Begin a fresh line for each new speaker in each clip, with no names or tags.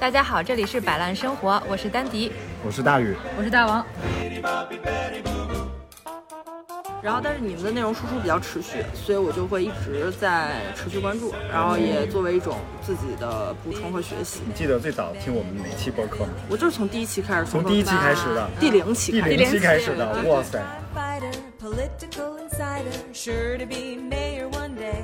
大家好，这里是摆烂生活，我是丹迪，
我是大宇，
我是大王。
然后，但是你们的内容输出比较持续，所以我就会一直在持续关注，然后也作为一种自己的补充和学习。
你记得最早听我们哪期播客吗？
我就是从第一期开始，
从第一期开始的，
第零期
第
开始，
零期开始的，哇塞！
fighter, political insider, sure to be mayor one day.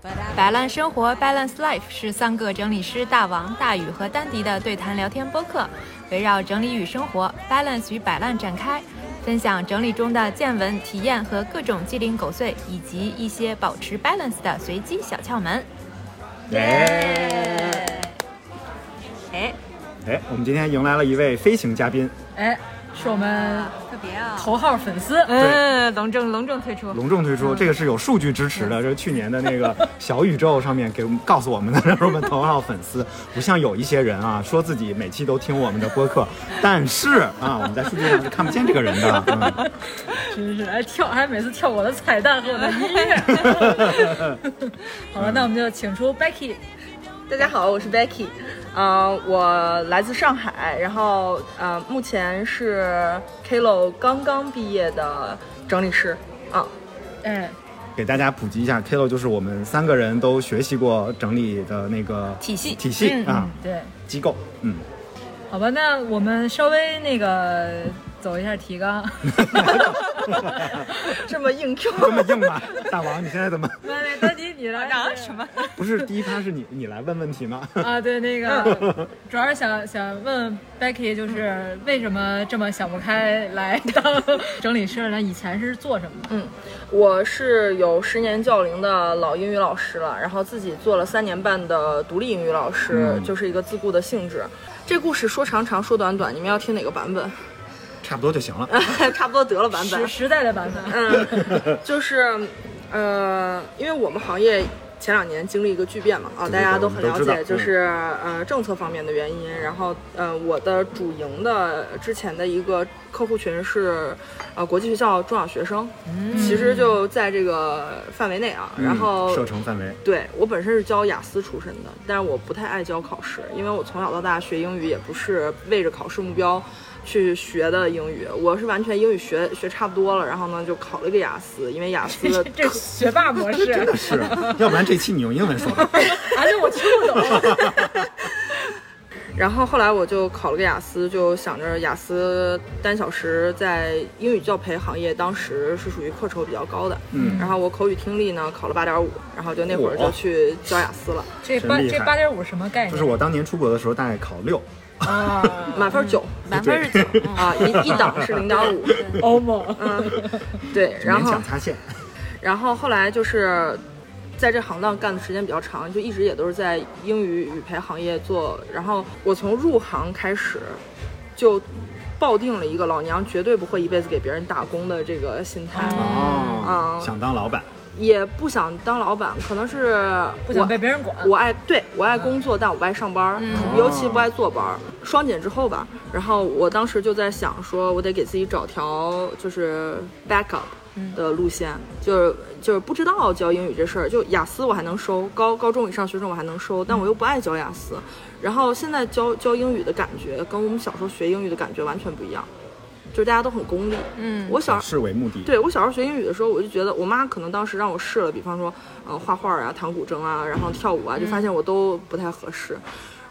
But I
摆烂生活 （Balance Life） 是三个整理师大王、大宇和丹迪的对谈聊天播客，围绕整理与生活 （Balance 与摆烂）展开，分享整理中的见闻、体验和各种鸡零狗碎，以及一些保持 balance 的随机小窍门。
哎
哎
哎，我们今天迎来了一位飞行嘉宾，
哎，是我们
特别啊！
头号粉丝，
嗯，隆重隆重推出。
隆重推出，这个是有数据支持的，这是去年的那个小宇宙上面给我们告诉我们的，让我们头号粉丝，不像有一些人啊，说自己每期都听我们的播客，但是啊，我们在数据上是看不见这个人的。嗯
真是哎跳，还每次跳我的彩蛋和我的音乐。 好了，那我们就请出 Becky，
大家好，我是 Becky，呃，我来自上海，然后呃，目前是 Klo 刚刚毕业的整理师啊。
哎，
给大家普及一下，Kilo 就是我们三个人都学习过整理的那个
体系
体系啊
对，
机构， 嗯，
好吧，那我们稍微那个走一下提 纲，
这么硬 Q，
这么硬吗？大王，你现在 怎么
喂喂，丹迪你来
啊什么？
不是第一趴是你你来问问题吗？
啊？对，那个主要是想想问 Becky，就是为什么这么想不开来当整理师呢？以前是做什
嗯
么的？
我是有十年教龄的老英语老师了，然后自己做了三年半的独立英语老师，
嗯
就是一个自雇的性质。这故事说长长说短短，你们要听哪个版 本？
差不多就行了。
差不多得了版本
时。时代的版本，
嗯，就是，呃，因为我们行业前两年经历一个巨变嘛，啊，
对
大家
对
很
我们
了
都知道嗯
解，就是呃政策方面的原因。然后，呃，我的主营的之前的一个客户群是，呃，国际学校中小学生，其实就在这个范围内啊。然后
嗯，射程范围，
对我本身是教雅思出身的，但是我不太爱教考试，因为我从小到大学英语也不是为着考试目标去学的英语，我是完全英语学学差不多了，然后呢就考了一个雅思，因为雅思 的
这学霸 模式。
真的是，要不然这期你用英文说 吧。
而且我听不懂。
然后后来我就考了个雅思，就想着雅思单小时在英语教培行业当时是属于课酬比较高的，
嗯
然后我口语听力呢考了八点五，然后就那会儿
哇
就去教雅思了，
这
真
八
厉害
这八点五什么概念？
就是我当年出国的时候大概考六，
啊
满分九、
满分是九。嗯
啊，一一档是零点五，
欧盟。
嗯，对，然
勉
后
强。擦线。
然后后来就是在这行当干的时间比较长，就一直也都是在英语语培行业做。然后我从入行开始就抱定了一个老娘绝对不会一辈子给别人打工的这个心态，
哦
嗯
想当老板，
也不想当老板，可能是
不想
我
被别人管，
我爱对我爱工作，但我不爱上班儿，尤其不爱坐班儿。双减之后吧，然后我当时就在想，说我得给自己找条就是 backup 的路线，就是就是不知道教英语这事儿，就雅思我还能收，高高中以上学生我还能收，但我又不爱教雅思。然后现在教教英语的感觉跟我们小时候学英语的感觉完全不一样，就是大家都很功利。
嗯，
我小
视为目的。
对我小时候学英语的时候，我就觉得我妈可能当时让我试了，比方说，呃，画画啊、弹古筝啊，然后跳舞啊，就发现我都不太合适。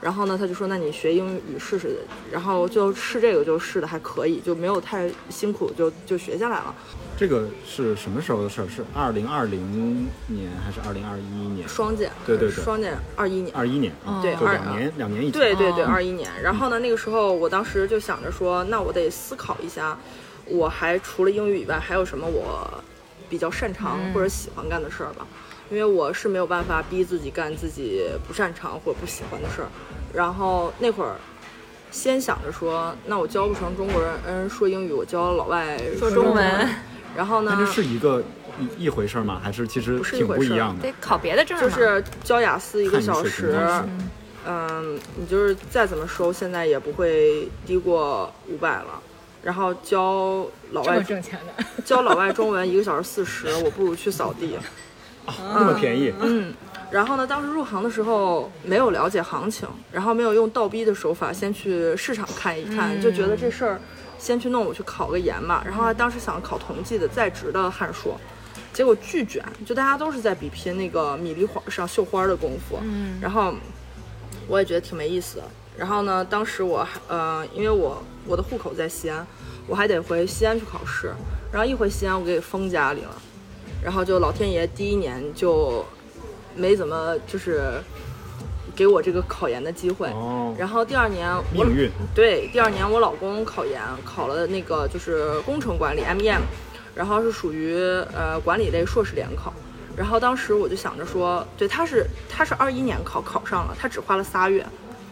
然后呢，她就说：“那你学英语试试。”然后就试这个，就试的还可以，就没有太辛苦，就就学下来了。
这个是什么时候的事儿？是二零二零年还是二零二一年？
双减，
对对对
双减二一年，
二一年，啊
对
就
二
两年，两年以前。
对对对，
哦
二一年。然后呢，那个时候我当时就想着说，那我得思考一下，我还除了英语以外，还有什么我比较擅长或者喜欢干的事儿吧。因为我是没有办法逼自己干自己不擅长或者不喜欢的事儿。然后那会儿。先想着说，那我教不成中国人嗯说英语，我教老外说
中
中
文。
然后 呢
但，这是一个一一回事儿吗？还是其实
不是一
挺
回
不
事
一
儿
样的？
得考别的
啊
证儿
就
嘛
是教雅思一个
看你
小
水平
时
当时，
嗯，你就是再怎么收，现在也不会低过五百了。然后教老
这么
外
挣钱的，
教老外中文一个小时四十，我不如去扫地。
那么便宜，
嗯，然后呢，当时入行的时候没有了解行情，然后没有用倒逼的手法先去市场看一看，
嗯
就觉得这事儿先去弄，我去考个研嘛。然后还当时想考统计的在职的汉硕，结果巨卷，就大家都是在比拼那个米粒花上绣花的功夫。嗯，然后我也觉得挺没意思的。然后呢，当时我还呃，因为我我的户口在西安，我还得回西安去考试。然后一回西安，我给封家里了。然后就老天爷第一年就没怎么就是给我这个考研的机会。
哦
然后第二年我
命运
对，第二年我老公考研考了那个就是工程管理 MEM，然后是属于呃管理类硕士联考。然后当时我就想着说，对，他是他是二一年考考上了，他只花了仨月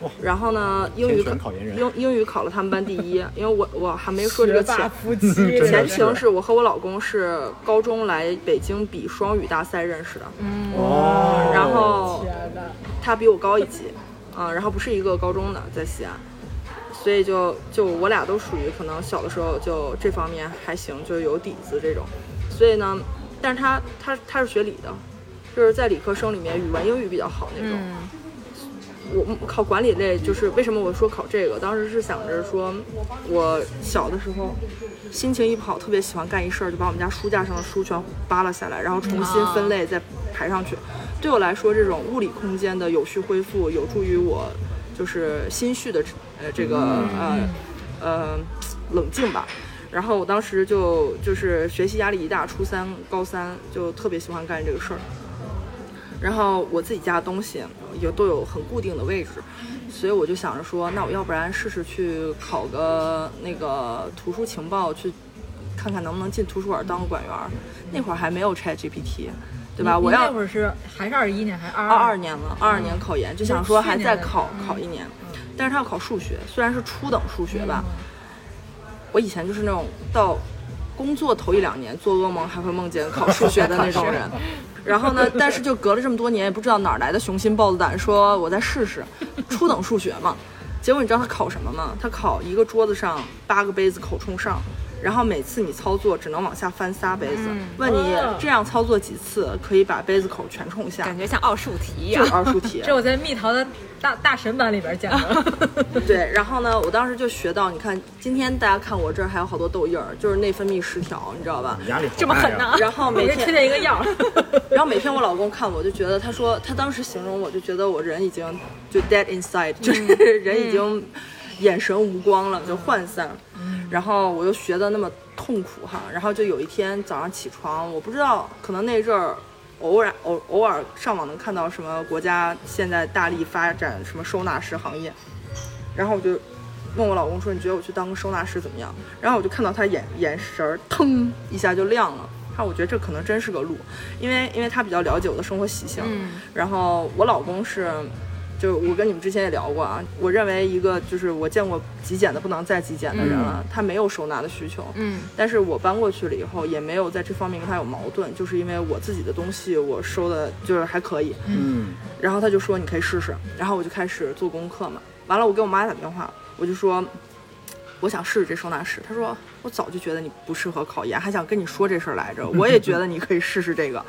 哇。
然后呢，英语
天选考研人
英英语考了他们班第一， 因为我我还没说这 个
学
前
霸夫 妻，
真
前
的
情是我和我老公是高中来北京比双语大赛认识的，
哦
然后
天呐，
他比我高一级，嗯，然后不是一个高中的，在西安，所以就就我俩都属于可能小的时候就这方面还行，就是有底子这种，所以呢，但是他他他是学理的，就是在理科生里面语文、英语比较好那种。我我考管理类，就是为什么我说考这个，当时是想着说，我小的时候心情一不好，特别喜欢干一事儿，就把我们家书架上的书全扒拉下来，然后重新分类再排上去。对我来说，这种物理空间的有序恢复，有助于我就是心绪的呃这个呃呃冷静吧。然后我当时就就是学习压力一大，初三、高三就特别喜欢干这个事儿。然后我自己家的东西也都有很固定的位置，所以我就想着说，那我要不然试试去考个那个图书情报，去看看能不能进图书馆当个管员儿。那会儿还没有 ChatGPT，对吧？
你
啊我
你
要
那会儿是还是二一年，还是二
二二？年了，二二年考研，就想说还再考
嗯
考一年，但是他要考数学，虽然是初等数学吧。
嗯
我以前就是那种到工作头一两年做噩梦还会梦见考数学的那种 人。然后呢，但是就隔了这么多年，也不知道哪儿来的雄心豹子胆，说我再试试，初等数学嘛。结果你知道他考什么吗？他考一个桌子上八个杯子口冲上，然后每次你操作只能往下翻仨杯子，
嗯
问你
哦
这样操作几次可以把杯子口全冲下
感，觉像奥数题一
就
样
是。奥数 题。
这我在蜜桃的大大神版里边 见的。
对，然后呢，我当时就学到，你看今天大家看我这儿还有好多痘印儿，就是内分泌失调，你知道吧？
压力好
这么
大
狠
呀
呢
然后每
每天
天
推荐一个药儿，
然后每天我老公看我就觉得，他说他当时形容我就觉得我人已经就 dead inside，、就是人已经眼神无光了，就涣散。然后我又学的那么痛苦哈，然后就有一天早上起床，我不知道，可能那阵儿偶然偶偶尔上网能看到什么国家现在大力发展什么收纳师行业，然后我就问我老公说：“你觉得我去当个收纳师怎么样？”然后我就看到他眼眼神儿腾一下就亮了。他说我觉得这可能真是个路，因为因为他比较了解我的生活习性。然后我老公是，就是我跟你们之前也聊过啊，我认为一个就是我见过极简的不能再极简的人了，他没有收纳的需求。
嗯，
但是我搬过去了以后，也没有在这方面跟他有矛盾，就是因为我自己的东西我收的就是还可以。
嗯，
然后他就说你可以试试，然后我就开始做功课嘛。完了，我给我妈打电话，我就说我想试试这收纳师。她说我早就觉得你不适合考研，还想跟你说这事儿来着。我也觉得你可以试试这个。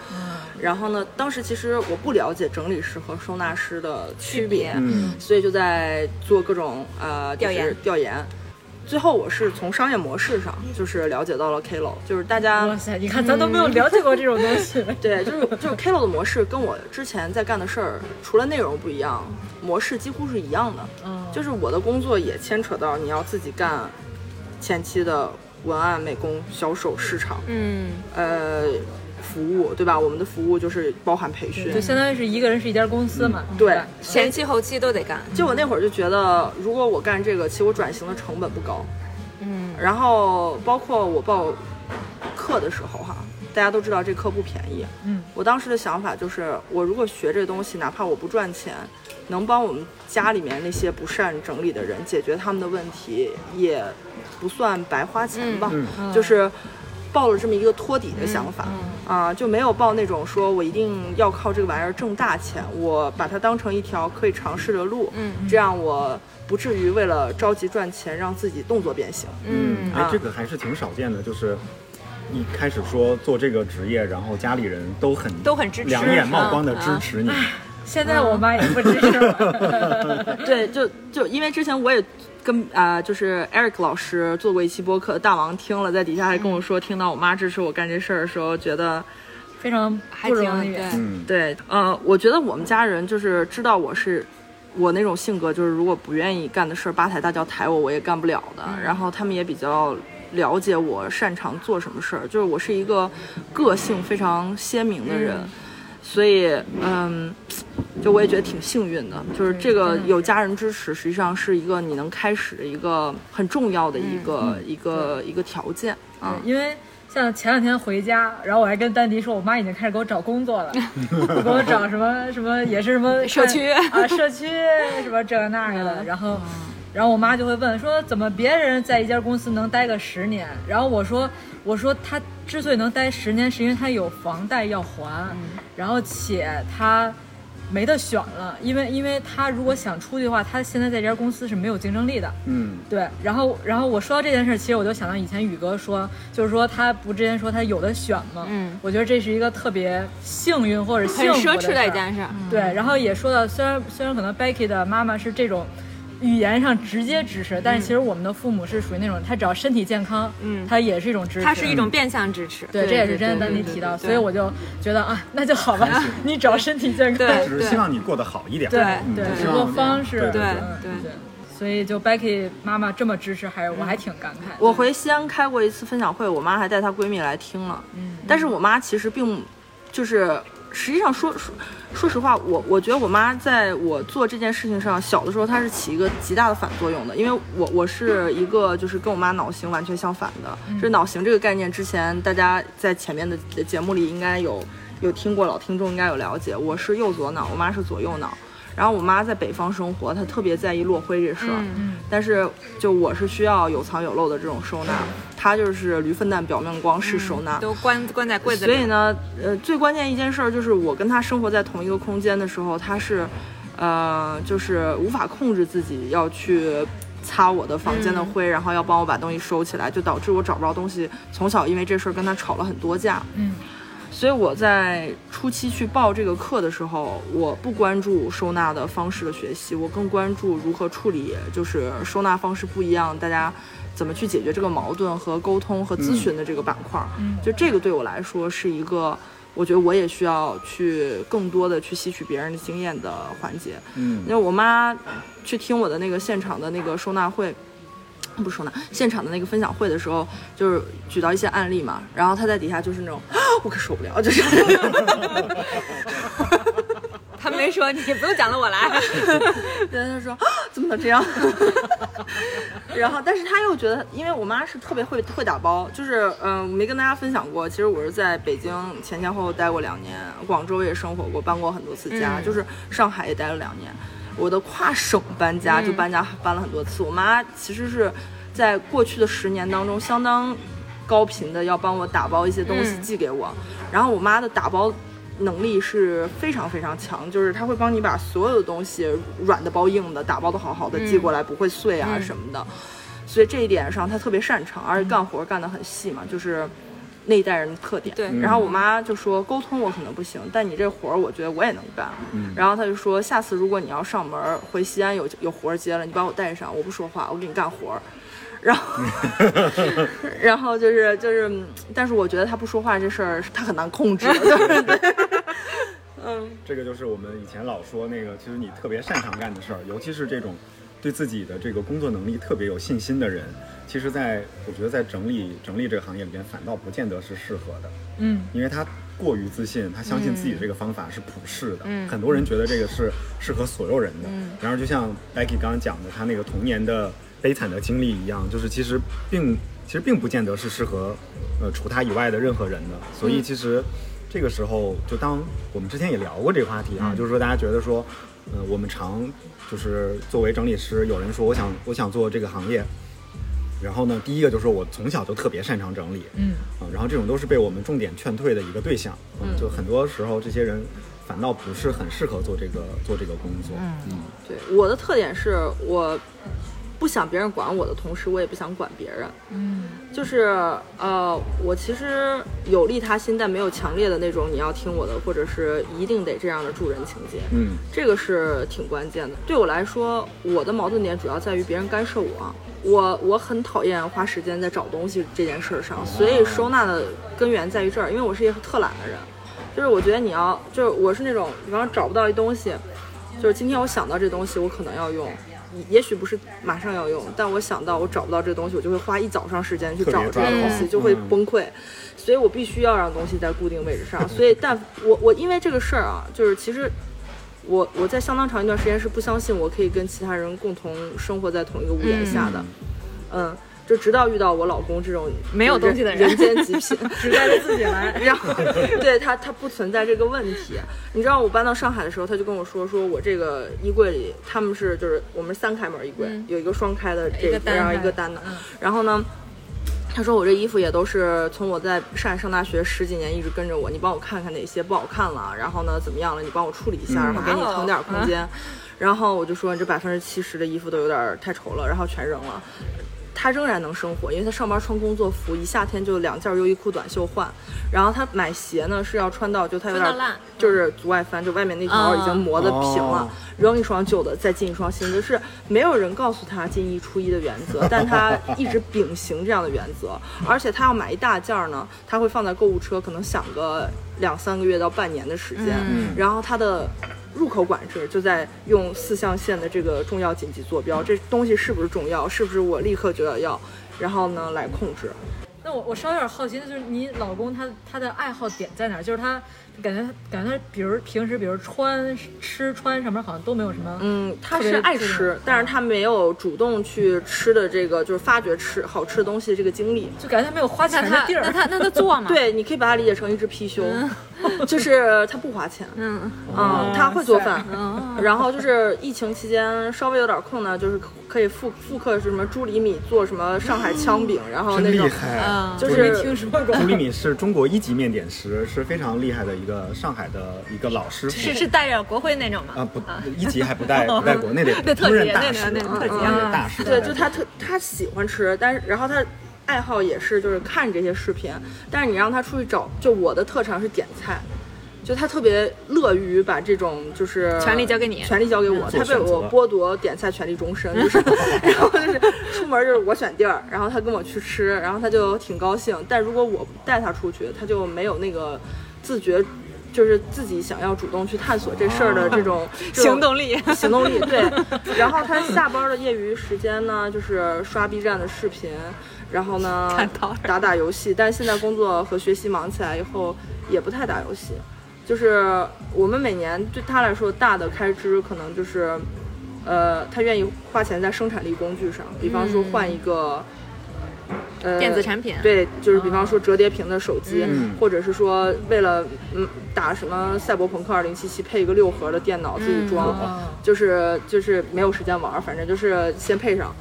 然后呢，当时其实我不了解整理师和收纳师的区别，
嗯
所以就在做各种呃就
调
是
研
调研。最后我是从商业模式上就是了解到了 Klo，就是大家
哇塞！你看咱都没有
嗯
了解过这种 东西，
对，就是就是 Klo 的模式跟我之前在干的事儿，除了内容不一样，模式几乎是一样的。
嗯
就是我的工作也牵扯到你要自己干前期的文案、美工、销售、市场，
嗯，
呃，服务，对吧？我们的服务就是包含培训
就。相当于是一个人是一家公司嘛。
嗯对
吧，
前期后期都得干。
就我那会儿就觉得，如果我干这个，其实我转型的成本不高。嗯，然后包括我报课的时候哈，大家都知道这课不便宜。
嗯，
我当时的想法就是，我如果学这东西，哪怕我不赚钱，能帮我们家里面那些不善整理的人解决他们的问题，也不算白花钱吧。
嗯
就是抱了这么一个托底的想法。啊，就没有抱那种说我一定要靠这个玩意儿挣大钱，我把它当成一条可以尝试的路，
嗯，
这样我不至于为了着急赚钱让自己动作变形。
嗯，哎
啊，
这个还是挺少见的，就是一开始说做这个职业，然后家里人都很
都很支持
两眼冒光的支持你，
现在
嗯
我妈也不支持 我。
对，就就因为之前我也跟啊、就是 Eric 老师做过一期播客，大王听了，在底下还跟我说，听到我妈支持我干这事儿的时候，觉得
非常
还
不
行，
容易。
对，
嗯，
对，呃，我觉得我们家人就是知道我是我那种性格，就是如果不愿意干的事儿，八抬大轿抬我，我也干不了的。然后他们也比较了解我擅长做什么事儿，就是我是一个个性非常鲜明的人，所以嗯，就我也觉得挺幸运的，就是这个有家人支持，实际上是一个你能开始的一个很重要的一个、一个一个条件啊。
因为像前两天回家，然后我还跟丹迪说，我妈已经开始给我找工作了，给我找什么什么也是什么
社区嗯
啊，社区什么这个那个的，然后。然后我妈就会问说，怎么别人在一家公司能待个十年？然后我说，我说他之所以能待十年，是因为他有房贷要还，然后且他没得选了，因为因为他如果想出去的话，他现在在这家公司是没有竞争力的。
嗯，
对，然后然后我说到这件事，其实我就想到以前宇哥说，就是说他不之前说他有的选吗？
嗯，
我觉得这是一个特别幸运或者
很
幸福
奢侈的一
事儿。
件事儿。嗯
对，然后也说到，虽然虽然可能 Becky 的妈妈是这种语言上直接支持，但是其实我们的父母是属于那种，他只要身体健康，
嗯
他也是一种支持。
它是一种变相支持，
对，
对
这
对
也是之前
对
丹妮
对
对
提到，
对
所以我就觉得啊，那就好吧，你只要身体健康，
对
只是希望你过得好一点，
对
嗯
对，
只希
生活
望
方式，
对
对
对
对。嗯
所以就 Becky 妈妈这么支持，还是我还挺感慨的。
我回西安开过一次分享会，我妈还带她闺蜜来听了。嗯，但是我妈其实并，就是实际上说说说实话，我我觉得我妈在我做这件事情上，小的时候她是起一个极大的反作用的，因为我我是一个就是跟我妈脑型完全相反的。
嗯
这脑型这个概念，之前大家在前面的节目里应该有有听过，老听众应该有了解。我是右左脑，我妈是左右脑。然后我妈在北方生活，她特别在意落灰这事儿。
嗯
但是就我是需要有藏有漏的这种收纳，它就是驴粪蛋表面光是收纳。
都关关在柜子
所以
里，
呢，呃，最关键一件事儿就是我跟他生活在同一个空间的时候，他是，呃，就是无法控制自己要去擦我的房间的灰，然后要帮我把东西收起来，就导致我找不着东西。从小因为这事儿跟他吵了很多架。
嗯。
所以我在初期去报这个课的时候，我不关注收纳的方式的学习，我更关注如何处理，就是收纳方式不一样，大家怎么去解决这个矛盾和沟通和咨询的这个板块。
嗯
就这个对我来说是一个，我觉得我也需要去更多的去吸取别人的经验的环节。
嗯
因为我妈去听我的那个现场的那个收纳会，不是收纳，现场的那个分享会的时候，就是举到一些案例嘛，然后她在底下就是那种，啊我可受不了，就是
他没说你不用讲了，我来。
人家就说、啊、怎么能这样？然后，但是他又觉得，因为我妈是特别会会打包，就是嗯、呃我没跟大家分享过，其实我是在北京前前后后待过两年，广州也生活过，搬过很多次家，
嗯
就是上海也待了两年。我的跨省搬家
嗯
就搬家搬了很多次，我妈其实是在过去的十年当中相当高频的要帮我打包一些东西
嗯
寄给我，然后我妈的打包能力是非常非常强，就是她会帮你把所有的东西软的包硬的打包的好好的寄过来，不会碎啊
嗯
什么的。所以这一点上她特别擅长，而且干活干得很细嘛，就是那一代人的特点。
对
然后我妈就说沟通我可能不行，但你这活儿我觉得我也能干。
嗯
然后她就说下次如果你要上门儿回西安有有活儿接了，你把我带上，我不说话，我给你干活儿。 然后，然后就是就是，嗯但是我觉得他不说话这事儿，他很难控制。对对，嗯，
这个就是我们以前老说那个，其实你特别擅长干的事儿，尤其是这种对自己的这个工作能力特别有信心的人，其实在我觉得在整理整理这个行业里边，反倒不见得是适合的，
嗯，
因为他过于自信，他相信自己这个方法是普世的，
嗯
很多人觉得这个是适合所有人的。然而就像 Becky 刚刚讲的，他那个童年的悲惨的经历一样，就是其实并其实并不见得是适合呃除他以外的任何人的，所以其实。这个时候，就当我们之前也聊过这个话题啊，就是说大家觉得说，呃，我们常就是作为整理师，有人说我想我想做这个行业，然后呢，第一个就是我从小就特别擅长整理，
嗯
啊，然后这种都是被我们重点劝退的一个对象，嗯，就很多时候这些人反倒不是很适合做这个做这个工作，嗯
对，我的特点是我不想别人管我的同时，我也不想管别人。嗯，就是呃，我其实有利他心，但没有强烈的那种你要听我的，或者是一定得这样的助人情节。
嗯
这个是挺关键的。对我来说，我的矛盾点主要在于别人干涉我。我我很讨厌花时间在找东西这件事儿上，所以收纳的根源在于这儿。因为我是一个特懒的人，就是我觉得你要，就是我是那种，比方说找不到一东西，就是今天我想到这东西，我可能要用。也也许不是马上要用，但我想到我找不到这东西，我就会花一早上时间去
特别
找这个
抓
东
狂
西，就会
嗯
崩溃。所以我必须要让东西在固定位置上。所以，但我我因为这个事儿啊，就是其实我我在相当长一段时间是不相信我可以跟其他人共同生活在同一个屋檐下的，嗯。就直到遇到我老公这种
没有东西的人
人，人间极品，
只带着自己来。
然后对他他不存在这个问题。你知道我搬到上海的时候，他就跟我说，说我这个衣柜里他们是就是我们是三开门衣柜，
嗯
有一个双开的
一
这
个单
然后
开嗯
一个单的，然后呢。他说我这衣服也都是从我在上海上大学十几年一直跟着我，你帮我看看哪些不好看了，然后呢怎么样了，你帮我处理一下，
嗯
然后给你
哇哦
腾点空间。 然后我就说你这百分之七十的衣服都有点太丑了，然后全扔了。他仍然能生活，因为他上班穿工作服，一夏天就两件优衣库短袖换。然后他买鞋呢是要穿到就他有
穿
点
到烂嗯
就是足外翻，就外面那条已经磨得平了，
哦
扔一双旧的再进一双新的，就是没有人告诉他进一出一的原 则，但他一直秉行这样的原则。而且他要买一大件儿呢，他会放在购物车，可能想个两三个月到半年的时间。
嗯
然后它的入口管制就在用四象限的这个重要紧急坐标，这东西是不是重要，是不是我立刻就要要，然后呢来控制。
那我我稍有点好奇，那就是你老公他他的爱好点在哪儿？就是他感觉感觉他比如平时比如穿吃穿上面好像都没有什么，
嗯，他
特别
是爱
这种
吃，但是他没有主动去吃的这个，就是发掘吃好吃的东西这个经历。
就感觉他没有花
那
钱的
他
地
那
儿。
他那他做嘛？，
对，你可以把它理解成一只貔貅， 就是他不花钱，
嗯，
嗯，他会做饭，
哦，
然后就是疫情期间稍微有点空呢，就是可可以复复刻什么朱里米做什么上海枪饼，然
真
后哦那
厉
种
害
嗯！
就
朱丽
是
米
听说过
朱丽米是中国一级面点师，是非常厉害的一个上海的一个老师傅。
是是带着国徽那种
啊，
吗？
不，一级还不带不带国内的
那特级
烹饪大
那
师
那，那特级
烹饪大师。
嗯对，就他特他喜欢吃，但是然后他爱好也是就是看这些视频，但是你让他出去找，就我的特长是点菜。就他特别乐于把这种就是
权利交给你
权利交给我，
嗯做
他被
选择
我剥夺点菜权利终身，就是，然后就是出门就是我选地儿，然后他跟我去吃，然后他就挺高兴。但如果我不带他出去，他就没有那个自觉，就是自己想要主动去探索这事儿的这种这种
哦行动力，
行动力对。然后他下班的业余时间呢，就是刷 B 站的视频，然后呢
看到
打打游戏。但是现在工作和学习忙起来以后，也不太打游戏。就是我们每年对他来说大的开支，可能就是，呃，他愿意花钱在生产力工具上，比方说换一个。
嗯
呃，
电子产品
对，就是
嗯
比方说折叠屏的手机，
嗯
或者是说为了嗯打什么赛博朋克二零七七配一个六核的电脑自己装，
啊
就是就是没有时间玩儿，反正就是先配上，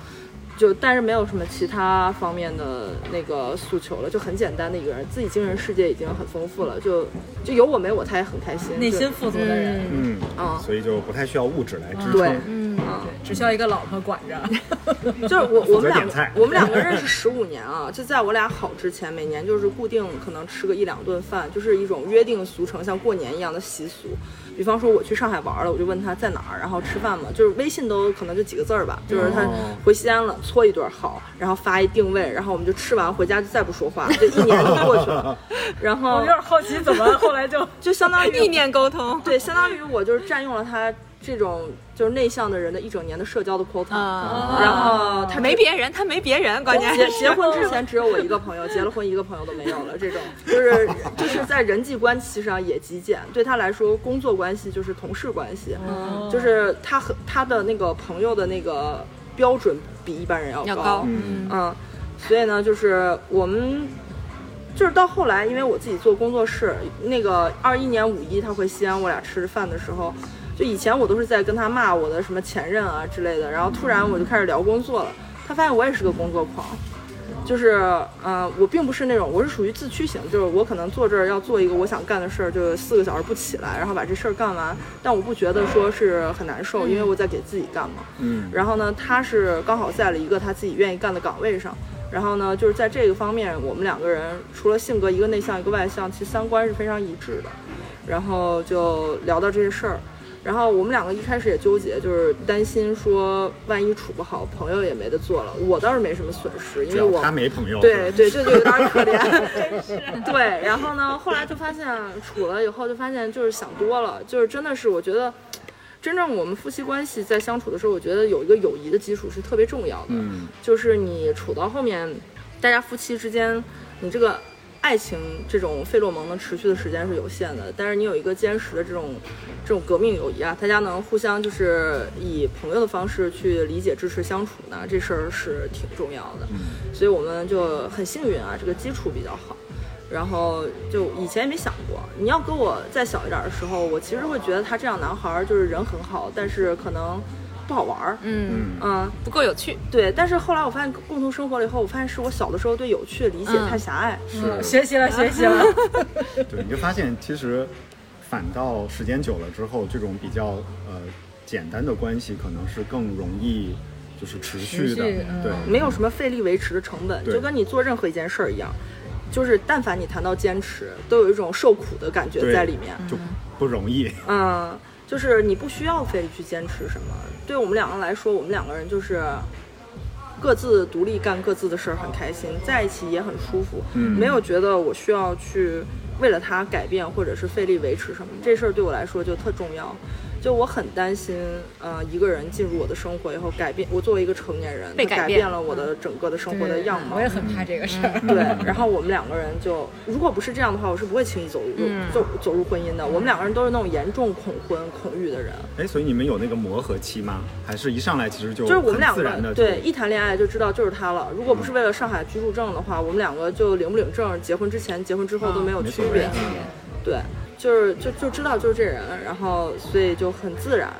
就但是没有什么其他方面的那个诉求了，就很简单的一个人，自己精神世界已经很丰富了，就就有我没我他也很开心，
内
就
心富足的人，
嗯，
啊。
所以就不太需要物质来支
对
撑。，
嗯只需要一个老婆管着。
就是我我
负责
们两
点菜
个我们两个认识十五年啊，就在我俩好之前，每年就是固定可能吃个一两顿饭，就是一种约定俗成，像过年一样的习俗。比方说我去上海玩了，我就问他在哪儿，然后吃饭嘛，就是微信都可能就几个字儿吧，就是他
哦
回西安了，搓一顿儿好，然后发一定位，然后我们就吃完回家就再不说话，就一年就过去 了。然
我
后
有点好奇，怎么后来就
就相当于
哦意念沟通，
对，相当于我就是占用了他这种就是内向的人的一整年的社交的 quota，、
啊，
哦
然后他
没别人，他没别人，关键
结
是
结婚 之前只有我一个朋友，结了婚一个朋友都没有了。这种就是就是在人际关系上也极简，对他来说，工作关系就是同事关系，
哦
就是他和他的那个朋友的那个标准比一般人要
要
哦
高，
嗯
嗯，所以呢，就是我们就是到后来，因为我自己做工作室，那个二一年五一他回西安，我俩吃饭的时候，就以前我都是在跟他骂我的什么前任啊之类的，然后突然我就开始聊工作了，他发现我也是个工作狂。就是呃，我并不是那种，我是属于自驱型，就是我可能坐这儿要做一个我想干的事儿，就四个小时不起来，然后把这事儿干完，但我不觉得说是很难受，因为我在给自己干嘛。
嗯，
然后呢，他是刚好在了一个他自己愿意干的岗位上。然后呢，就是在这个方面，我们两个人除了性格一个内向一个外向，其实三观是非常一致的。然后就聊到这些事儿，然后我们两个一开始也纠结，就是担心说万一处不好，朋友也没得做了。我倒是没什么损失，因
只
为
要
我
他没朋友，
对对，这就有点儿可怜， 真是。啊对，然后呢，后来就发现处了以后，就发现就是想多了，就是真的是我觉得，真正我们夫妻关系在相处的时候，我觉得有一个友谊的基础是特别重要的，
嗯，
就是你处到后面，大家夫妻之间，你这个。爱情这种费洛蒙的持续的时间是有限的，但是你有一个坚实的这种这种革命友谊啊，大家能互相就是以朋友的方式去理解、支持、相处呢，这事儿是挺重要的。所以我们就很幸运啊，这个基础比较好。然后就以前也没想过，你要跟我再小一点的时候，我其实会觉得他这样男孩儿就是人很好，但是可能不好玩儿。
嗯，
嗯，
嗯，
不够有趣，
对。但是后来我发现共同生活了以后，我发现是我小的时候对有趣的理解
嗯
太狭隘。
是
学习了， 学习了。
对，你就发现其实反倒时间久了之后，这种比较呃简单的关系可能是更容易就是持续的，
持续嗯
对，
没有什么费力维持的成本，
对
就跟你做任何一件事儿一样，就是但凡你谈到坚持，都有一种受苦的感觉
对
在里面。
就不容易，
嗯，就是你不需要非得去坚持什么。对我们两个来说，我们两个人就是各自独立干各自的事儿，很开心，在一起也很舒服，
嗯
没有觉得我需要去为了他改变或者是费力维持什么。这事儿对我来说就特重要。就我很担心，呃，一个人进入我的生活以后，改变我作为一个成年人，
被
他
改
改
变嗯
了我的整个的生活的样貌
我。也很怕这个事儿。
对，然后我们两个人就，如果不是这样的话，我是不会轻易走入、
嗯
走走入婚姻的。我们两个人都是那种严重恐婚恐育的人，
哎，所以你们有那个磨合期吗？还是一上来其实就
就是我们
很
两
自然的
个
嗯
对一谈恋爱就知道就是他了。如果不是为了上海居住证的话，我们两个就领不领证，结婚之前、结婚之后都没有
没
区
所谓
别。
嗯
对，就是就就知道就是这人，然后所以就很自然，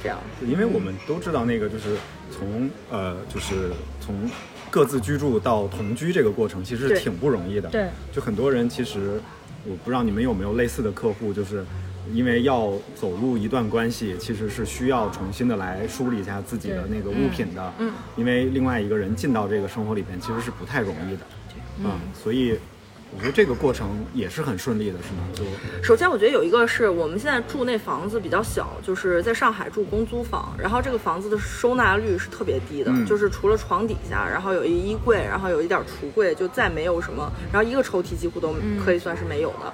这样。
因为我们都知道那个就是从呃就是从各自居住到同居这个过程，其实
对
挺不容易的。
对，
就很多人其实我不知道你们有没有类似的客户，就是因为要走入一段关系，其实是需要重新的来梳理一下自己的那个物品的。嗯，因为另外一个人进到这个生活里边，其实是不太容易的。嗯，所以我觉得这个过程也是很顺利的，是吗？就
首先，我觉得有一个是我们现在住那房子比较小，就是在上海住公租房，然后这个房子的收纳率是特别低的，
嗯
就是除了床底下，然后有一衣柜，然后有一点橱柜，就再没有什么，然后一个抽屉几乎都可以算是没有的。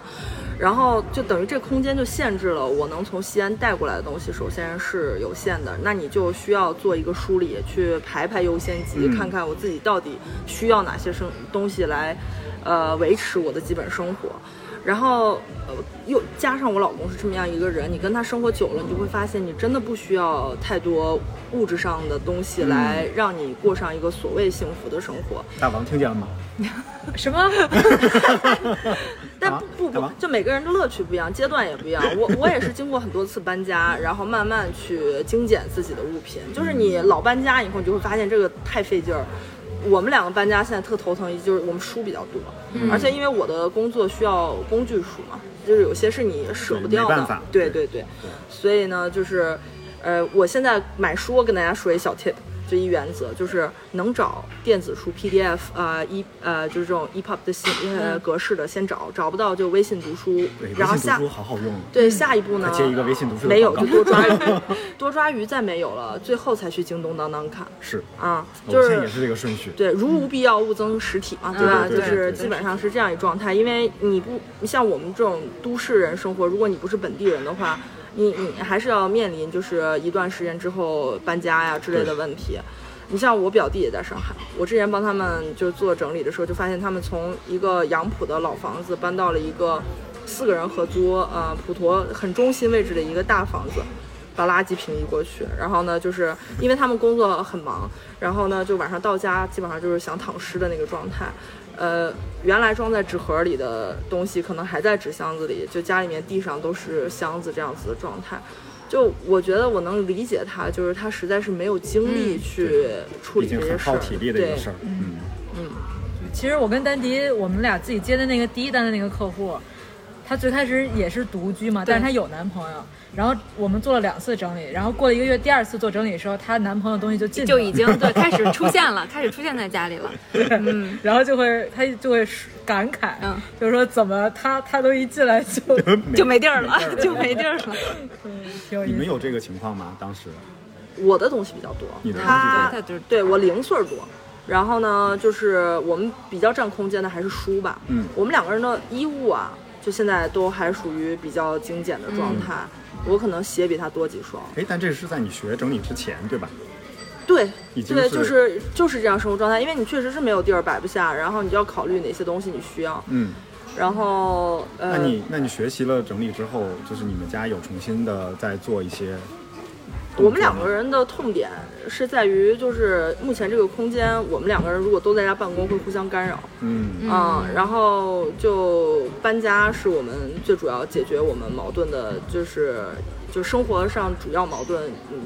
然后就等于这空间就限制了我能从西安带过来的东西，首先是有限的。那你就需要做一个梳理，去排排优先级，
嗯
看看我自己到底需要哪些生东西来，呃，维持我的基本生活。然后，呃，又加上我老公是这么样一个人，你跟他生活久了，你就会发现你真的不需要太多物质上的东西来让你过上一个所谓幸福的生活。
大王听见了吗？
什么？
但
啊
不不
干
不
嘛，
就每个人的乐趣不一样，阶段也不一样。 我我也是经过很多次搬家，然后慢慢去精简自己的物品。就是你老搬家以后，你就会发现这个太费劲儿。我们两个搬家现在特头疼，就是我们书比较多，
嗯
而且因为我的工作需要工具书嘛，就是有些是你舍不掉
没办法
的。对对对，所以呢，就是，呃，我现在买书，我跟大家说一小 tip。就一原则就是能找电子书 PDF 啊、e 呃就是这种 EPUB 的形呃格式的先找，找不到就微信读书
对，，
然后
微信
下
读书好好用啊。
对下一步呢
再接一个微信读书的
没有
广告
就多抓 鱼，多抓鱼再没有了，最后才去京东当当看
是，
啊，就
我现在也
是
是这个顺序。
对，如无必要，勿增实体嘛，
嗯
对吧？
对对对
就是
对
基本上是这样一状态。因为你不你像我们这种都市人生活，如果你不是本地人的话，你你还是要面临就是一段时间之后搬家呀之类的
对
问题。你像我表弟也在上海，我之前帮他们就做整理的时候，就发现他们从一个杨浦的老房子搬到了一个四个人合租，呃，普陀很中心位置的一个大房子。把垃圾平移过去，然后呢，就是因为他们工作很忙，然后呢，就晚上到家基本上就是想躺尸的那个状态。呃，原来装在纸盒里的东西，可能还在纸箱子里，就家里面地上都是箱子这样子的状态。就我觉得我能理解他，
嗯
就是他实在是没有精力去处理
已
这
经
些
很
事
耗
儿。
体力的一个事儿。嗯，
其实我跟丹迪，我们俩自己接的那个第一单的那个客户，她最开始也是独居嘛，但是她有男朋友。然后我们做了两次整理，然后过了一个月，第二次做整理的时候，她男朋友东西就 进
就
了
已经对开始出现了，开始出现在家里了。嗯，
然后就会她就会感慨，
嗯
就是说怎么她她都一进来 就
就没地儿了， 就没地儿了。
挺有
呃你们
意思。
有这个情况吗？当时
我的东西比较多，
你的东西
他
对他就是
对我零碎儿多。然后呢，就是我们比较占空间的还是书吧。
嗯
我们两个人的衣物啊，就现在都还属于比较精简的状态。
嗯
我可能鞋比他多几双。
哎，但这是在你学整理之前，对吧？
对，
已经
对，
是
就是就是这样生活状态，因为你确实是没有地儿摆不下，然后你就要考虑哪些东西你需要。
嗯，
然后
那
呃，
你那你学习了整理之后，就是你们家有重新的在做一些动作吗，
我们两个人的痛点是在于，就是目前这个空间，我们两个人如果都在家办公，会互相干扰。
嗯，
嗯，然后就搬家是我们最主要解决我们矛盾的，就是就生活上主要矛盾。嗯，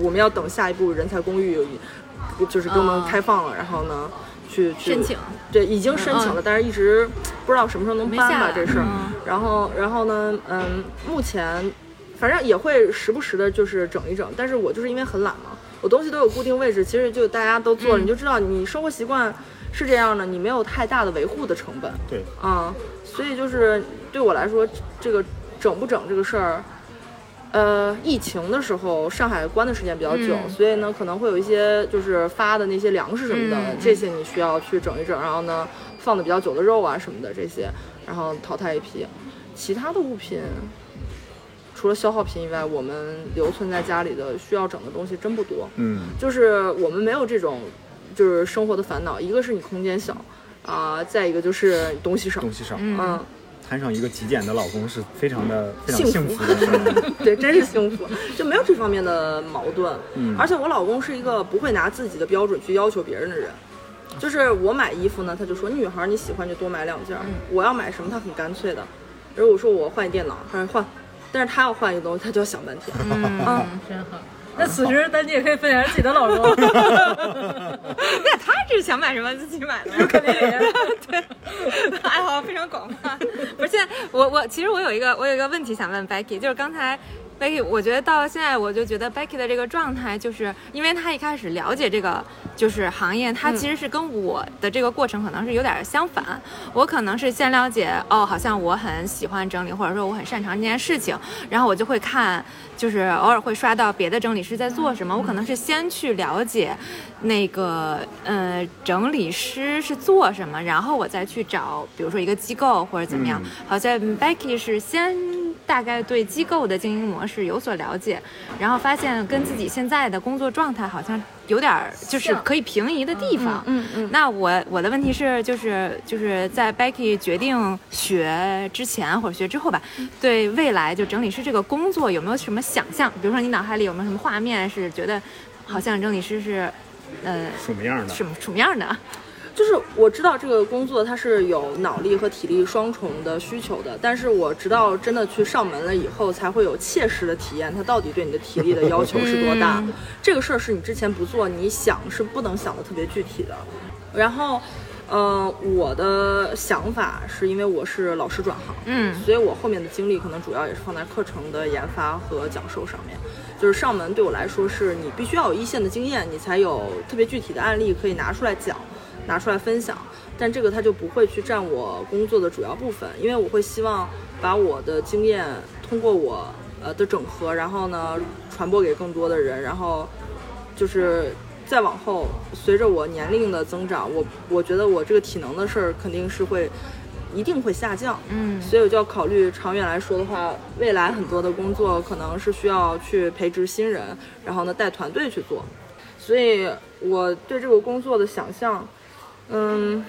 我们要等下一步人才公寓有一就是给我们
啊
开放了，然后呢去去
申请，
对，已经申请了，但是一直不知道什么时候能
嗯没
搬
下
吧
来
这事儿。
嗯
然后，然后呢，嗯，目前反正也会时不时的，就是整一整。但是我就是因为很懒嘛，我东西都有固定位置，其实就大家都做了，
嗯
你就知道你生活习惯是这样的，你没有太大的维护的成本
对，
啊、所以就是对我来说，这个整不整这个事儿。呃，疫情的时候，上海关的时间比较久，
嗯
所以呢，可能会有一些就是发的那些粮食什么的，
嗯嗯
这些你需要去整一整，然后呢，放的比较久的肉啊什么的这些，然后淘汰一批。其他的物品，除了消耗品以外，我们留存在家里的需要整的东西真不多。
嗯，
就是我们没有这种，就是生活的烦恼。一个是你空间小，啊、再一个就是东西少。
东西少，
嗯，
嗯，
摊上一个极简的老公是非常的非常
幸
幸
福
福的事儿。
对，真是幸福，就没有这方面的矛盾。
嗯
而且我老公是一个不会拿自己的标准去要求别人的人，就是我买衣服呢，他就说女孩儿你喜欢就多买两件儿，我要买什么他很干脆的。如果说我换一电脑，他说换，但是他要换一个东西，他就要想半天。
嗯，
真好。那此时丹迪也可以分享自己的老公，
那他这是想买什么自己买的吗？
肯 定也
爱好非常广泛。 不是，现在我我其实我有一个我有一个问题想问 Becky，就是刚才 Becky，我觉得到现在我就觉得 Becky 的这个状态，就是因为她一开始了解这个就是行业，她其实是跟我的这个过程可能是有点相反。我可能是先了解哦，好像我很喜欢整理，或者说我很擅长这件事情，然后我就会看，就是偶尔会刷到别的整理师在做什么。我可能是先去了解那个呃整理师是做什么，然后我再去找，比如说一个机构或者怎么样。
嗯
好像 Becky 是先大概对机构的经营模式有所了解，然后发现跟自己现在的工作状态好像有点儿就是可以平移的地方。
啊嗯嗯，
那我我的问题是，就是就是在 Becky 决定学之前或者学之后吧，
嗯
对未来就整理师这个工作有没有什么想象？比如说你脑海里有没有什么画面是觉得好像整理师是，呃，
什么样的？
什么什么样的？
就是我知道这个工作它是有脑力和体力双重的需求的，但是我直到真的去上门了以后，才会有切实的体验，它到底对你的体力的要求是多大。
嗯
这个事儿是你之前不做，你想是不能想的特别具体的。然后，呃，我的想法是因为我是老师转行，
嗯
所以我后面的精力可能主要也是放在课程的研发和讲授上面。就是上门对我来说，是你必须要有一线的经验，你才有特别具体的案例可以拿出来讲，拿出来分享。但这个它就不会去占我工作的主要部分，因为我会希望把我的经验通过我呃的整合，然后呢传播给更多的人，然后就是再往后，随着我年龄的增长，我我觉得我这个体能的事儿肯定是会一定会下降，
嗯
所以我就要考虑长远来说的话，未来很多的工作可能是需要去培植新人，然后呢带团队去做，所以我对这个工作的想象，嗯，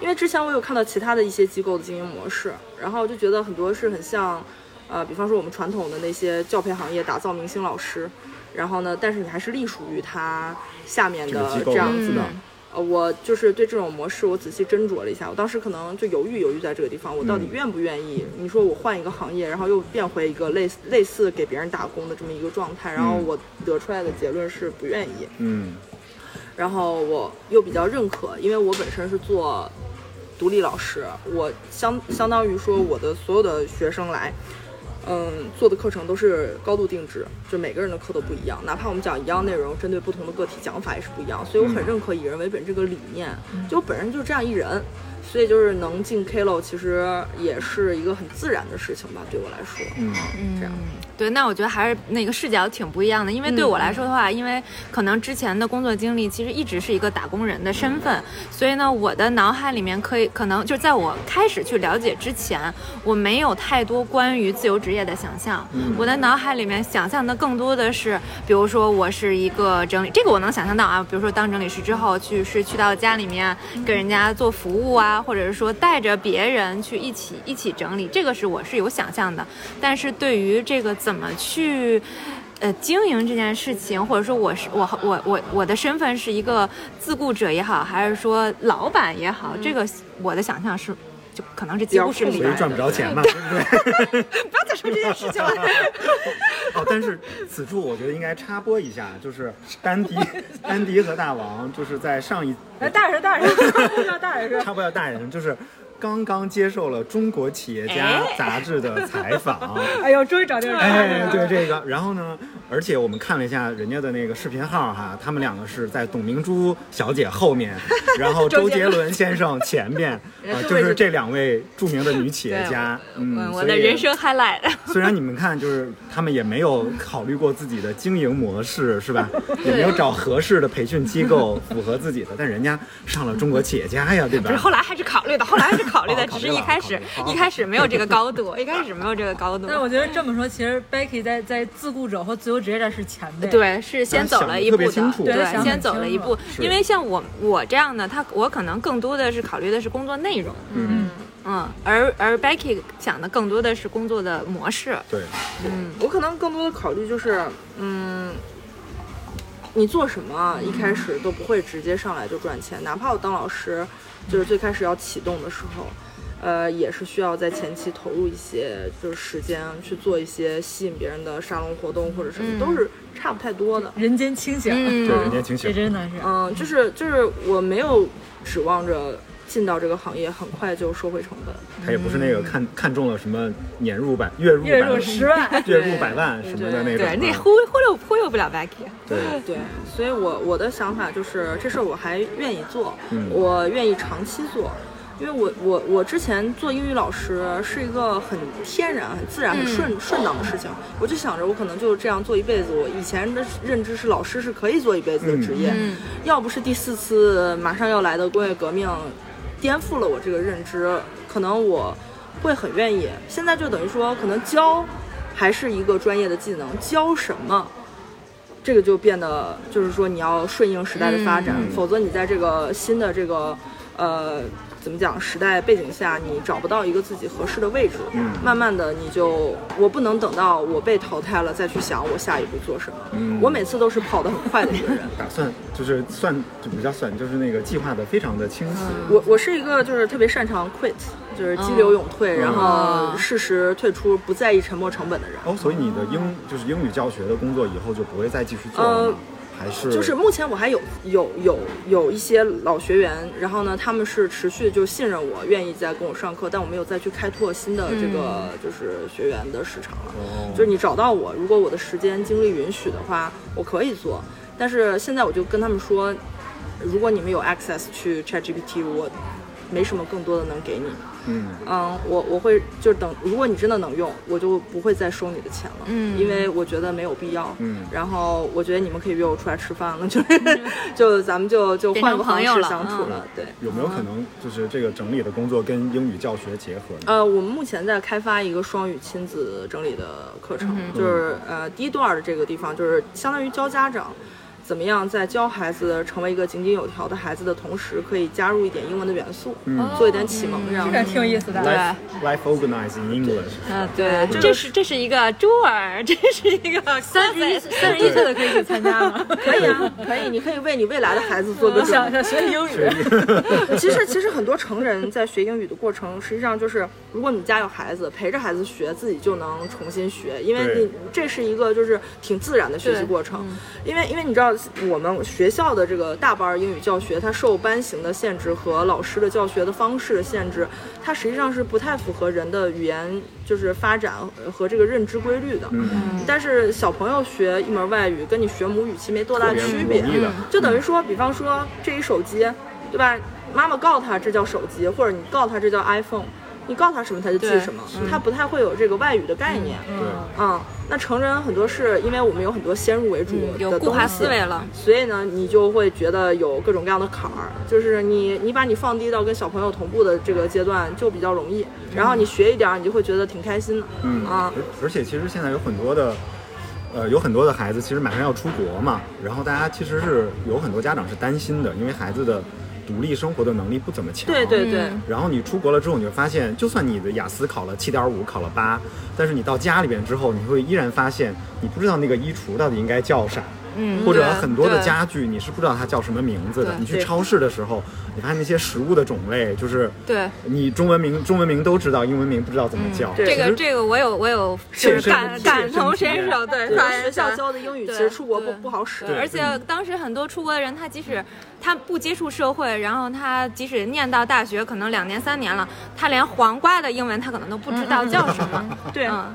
因为之前我有看到其他的一些机构的经营模式，然后就觉得很多是很像，呃，比方说我们传统的那些教培行业打造明星老师，然后呢，但是你还是隶属于他下面
这个
的
机构
这样子的。
嗯
呃，我就是对这种模式，我仔细斟酌了一下，我当时可能就犹豫犹豫在这个地方，我到底
嗯
愿不愿意？你说我换一个行业，然后又变回一个类似类似给别人打工的这么一个状态，然后
嗯
我得出来的结论是不愿意。
嗯，
然后我又比较认可，因为我本身是做独立老师，我相相当于说我的所有的学生来，嗯，做的课程都是高度定制，就每个人的课都不一样，哪怕我们讲一样内容，针对不同的个体讲法也是不一样，所以我很认可以人为本这个理念，
嗯
就我本身就是这样一人。所以就是能进 KLO，其实也是一个很自然的事情吧，对我来说。
嗯
这样
对，那我觉得还是那个视角挺不一样的，因为对我来说的话，因为可能之前的工作经历其实一直是一个打工人的身份，所以呢，我的脑海里面可以可能就在我开始去了解之前，我没有太多关于自由职业的想象。我的脑海里面想象的更多的是，比如说我是一个整理，这个我能想象到啊，比如说当整理师之后去是去到家里面啊给人家做服务啊，或者是说带着别人去一起一起整理，这个是我是有想象的。但是对于这个怎么去。呃，经营这件事情，或者说我是我我我我的身份是一个自雇者也好，还是说老板也好，这个我的想象是，就可能是几乎是
比较
零
所以
空白
赚不着钱嘛，对不 对？
不要再说这件事情了。
哦，但是此处我觉得应该插播一下，就是 丹迪、丹迪和大王，就是在上一
哎
来哎大点声，大点声，要大 点声。
插播要大人，就是刚刚接受了《中国企业家》
哎
杂志的采 访。
哎呦，终于找地儿了。
哎，对这个，然后呢？而且我们看了一下人家的那个视频号哈，他们两个是在董明珠小姐 后面，然后周杰伦先生前面，啊、
人家是
就
为
是
了
这两位著名的女企业家。嗯，
嗯，我
所
的
以
人生 highlight。
虽然你们看，就是他们也没有考虑过自己的经营模式，是吧？也没有找合适的培训机构符合自己的，但人家上了中国企业家呀，对吧
不是，？后来还是考虑的，后来还是考虑的，
哦
只
考
是
虑了
一开始
考虑了哦
一开始没有这个高度，一开始没有这个高度。
但我觉得这么说，其实 Becky 在在自雇者和自由职业这是前辈。，
对，是先走了一步
想得特别清
的，
楚
对想得
先
很
走了一
清楚
步。
是
因为像我我这样的，他我可能更多的是考虑的是工作内容，
嗯，
嗯，而而 Becky 想的更多的是工作的模式，
对，
我可能更多的考虑就是，嗯，你做什么一开始都不会直接上来就赚钱，哪怕我当老师，就是最开始要启动的时候，呃，也是需要在前期投入一些就是时间去做一些吸引别人的沙龙活动或者什么，
嗯
都是差不太多的。
人间清醒，
嗯
对，人家挺喜
这
欢。
真的是。
嗯，就是就是我没有指望着进到这个行业很快就收回成本，
他也不是那个看看中了什么年入百、月入
月
百
入
万
十万，
月入百万什么的那种
对，
啊。
那忽忽悠忽悠不了 Becky，
对，
对，所以我我的想法就是这事儿我还愿意做，
嗯
我愿意长期做，因为我我我之前做英语老师是一个很天然、很自然、很
嗯
顺、顺当的事情，我就想着我可能就这样做一辈子。我以前的认知是老师是可以做一辈子的职业，
嗯
要不是第四次马上要来的工业革命颠覆了我这个认知，可能我会很愿意。现在就等于说，可能教还是一个专业的技能，教什么？这个就变得就是说你要顺应时代的发展，
嗯
否则你在这个新的这个呃怎么讲时代背景下，你找不到一个自己合适的位置。
嗯
慢慢的你就我不能等到我被淘汰了再去想我下一步做什么。
嗯
我每次都是跑得很快的一个人。
打算就是算就比较算，就是那个计划的非常的清晰。
我我是一个就是特别擅长 quit，就是激流勇退，然后
嗯
适时退出，不在意沉没成本的人。
哦，所以你的英就是英语教学的工作以后就不会再继续做
呃
了吗？还是
就是目前我还有有有有一些老学员，然后呢，他们是持续就信任我，愿意再跟我上课，但我没有再去开拓新的这个就是学员的市场了。
哦
就是你找到我，如果我的时间精力允许的话，我可以做。但是现在我就跟他们说，如果你们有 access 去 ChatGPT，我没什么更多的能给你。
嗯
嗯，我我会就是等，如果你真的能用，我就不会再收你的钱了，
嗯
因为我觉得没有必要，
嗯
然后我觉得你们可以约我出来吃饭了，就是就咱们就就换个方式
变成朋友了
相处
嗯
了，对。
有没有可能就是这个整理的工作跟英语教学结合呢？
呃，我们目前在开发一个双语亲子整理的课程，就是
嗯
呃第一段的这个地方，就是相当于教家长怎么样在教孩子成为一个井井有条的孩子的同时，可以加入一点英文的元素，
嗯
做一点启蒙这样
这
子。
个挺有意思
呃
的。
，life life organized in English。
嗯，
对这个
这是这是一个 doer，这是一个三
十一三十一岁的可以去参加 吗？
可以啊，可以，你可以为你未来的孩子做个
我
准备
想。想学英语，
哎其实，其实很多成人在学英语的过程，实际上就是，如果你家有孩子，陪着孩子学，自己就能重新学，因为
对
你这是一个就是挺自然的学习过程。因为，因为你知道，道我们学校的这个大班英语教学，它受班型的限制和老师的教学的方式的限制，它实际上是不太符合人的语言就是发展和这个认知规律的。
嗯，
但是小朋友学一门外语，跟你学母语其实没多大
嗯特别
嗯区
容
别。
易的，
就等于说，比方说这一手机，对吧？妈妈告他这叫手机，或者你告他这叫 iPhone，你告他什么他就记
对
什么，他不太会有这个外语的概念。
对，
嗯，那成人很多是因为我们有很多先入为主的东
嗯，
西，
有固化思维了，
所以呢，你就会觉得有各种各样的坎儿，就是你你把你放低到跟小朋友同步的这个阶段就比较容易，然后你学一点儿，你就会觉得挺开心的。
嗯
啊，
而而且其实现在有很多的，呃，有很多的孩子其实马上要出国嘛，然后大家其实是有很多家长是担心的，因为孩子的独立生活的能力不怎么强。
对对对，
嗯
然后你出国了之后，你会发现，就算你的雅思考了七点五，考了八，但是你到家里边之后，你会依然发现，你不知道那个衣橱到底应该叫啥，
嗯，
或者
对
很多的
对
家具你是不知道它叫什么名字的
对。
你去
对
超市的时候，你发现那些食物的种类，就是
对
你中文名中文名都知道，英文名不知道怎么叫。
嗯对
这
其
个
实
这个我有我有就
切
是
身
感
切
感
身
同
体
身
验
受，对，
对
发
学
现
校
是
教的英语其
对
实出国不
对
不好使。
对
而且当时很多出国的人，他即使他不接触社会，然后他即使念到大学，可能两年三年了，他连黄瓜的英文他可能都不知道叫什么。
对
嗯，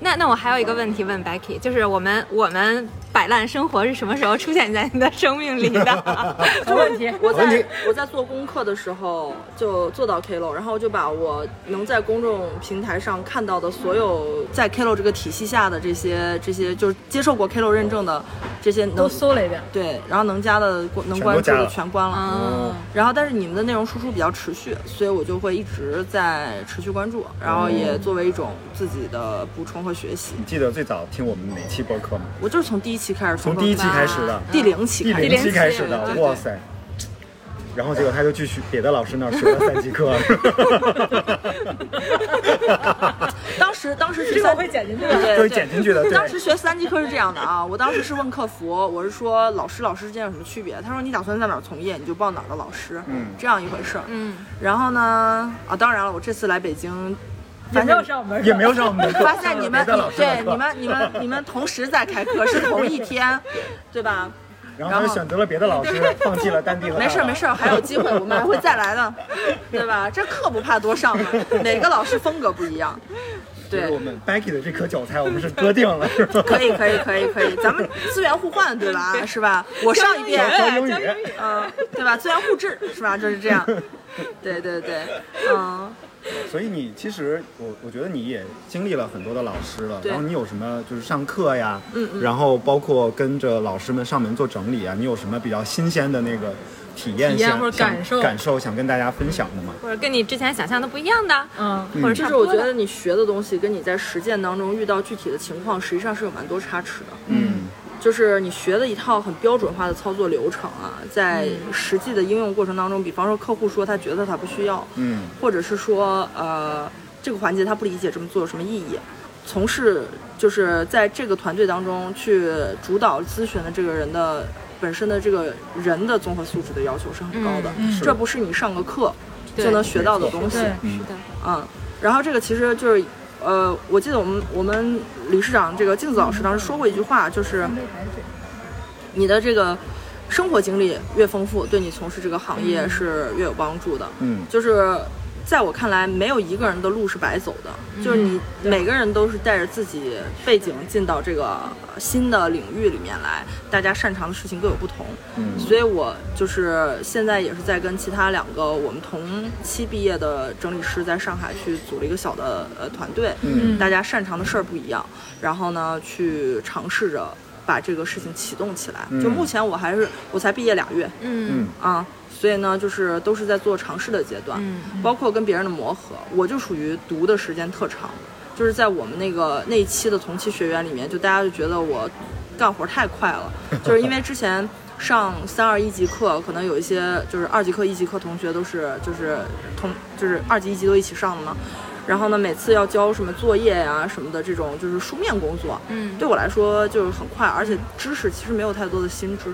那那我还有一个问题问 Becky，就是我们我们摆烂生活是什么时候出现在你的生命里的？
没问题。
我
问题
在我在做功课的时候就做到 Klo，然后就把我能在公众平台上看到的所有在 Klo 这个体系下的这些这些就是接受过 Klo 认证的这些
都
能
搜了一遍，
对，然后能加的关能
全都
关注
加
的
了
全关了。
嗯，
然后，但是你们的内容输出比较持续，所以我就会一直在持续关注，然
嗯
后也作为一种自己的补充和学习。
你记得最早听我们哪期播客吗？
我就是从第一期开始
从
疯狂看，
第一期开始的
哇，
第零期
第
开始，
零期开始的
对，
对
哇塞！然后结果他就去学别的老师那儿学了 三节课，
当时当时
这
是
个我
三
会剪进去
对
的。
对
都是剪进去的。对，
当时学三级课是这样的啊，我当时是问客服，我是说老师老师之间有什么区别？他说你打算在哪儿从业，你就报哪儿的老师，
嗯
这样一回事儿。
嗯，
然后呢，啊，当然了，我这次来北京，
也
发
没有
现
上我们，
也没有上我们的课，
发现你们
上了别的老
对
师的课
你，们你们你们同时在开课是同一天，对吧？
然后他就选择了别的老 师，放弃了丹地和
没事儿没事儿，还有机会，我们还会再来的，对吧？这课不怕多上嘛，每个老师风格不一样，
就是
对
我。们 Becky 的这颗韭菜，我们是割定了，是吧？
可以 可以可以可以，咱们资源互换对吧？是吧？我上一遍，
教英语，
嗯，对吧？资源互质是吧？就是这样。对对对，嗯，
所以你其实我我觉得你也经历了很多的老师了，
对
然后你有什么就是上课呀，
嗯
然后包括跟着老师们上门做整理啊，你有什么比较新鲜的那个体验
体验
想
或者
想
感受
感受想跟大家分享的吗？
或者跟你之前想象的不一样的，
嗯，
或者
就
差
是
不
我
多
觉
的
得你学的东西跟你在实践当中遇到具体的情况，实际上是有蛮多差池的。
嗯，
就是你学的一套很标准化的操作流程啊，在实际的应用过程当中，比方说客户说他觉得他不需要，
嗯，
或者是说呃这个环节他不理解这么做有什么意义，从事就是在这个团队当中去主导咨询的这个人的本身的这个人的综合素质的要求是很高的，
是
这不是你上个课
对
就能学到的东西，
对，
嗯
嗯，然后这个其实就是，呃，我记得我们我们理事长这个镜子老师当时说过一句话，就是你的这个生活经历越丰富，对你从事这个行业是越有帮助的。
嗯
就是在我看来，没有一个人的路是白走
嗯
的，就是你每个人都是带着自己背景进到这个新的领域里面来，大家擅长的事情各有不同。
嗯
所以我就是现在也是在跟其他两个我们同期毕业的整理师在上海去组了一个小的呃团队，
嗯
大家擅长的事儿不一样，然后呢去尝试着把这个事情启动起来。
嗯
就目前我还是我才毕业俩月
嗯
嗯
啊，所以呢就是都是在做尝试的阶段，
嗯
包括跟别人的磨合，我就属于读的时间特长。就是在我们那个那一期的同期学员里面，就大家就觉得我干活太快了，就是因为之前上三二一级课，可能有一些就是二级课、一级课同学都是就是同就是二级、一级都一起上的嘛。然后呢，每次要交什么作业呀、什么的这种就是书面工作，
嗯
对我来说就是很快，而且知识其实没有太多的新知，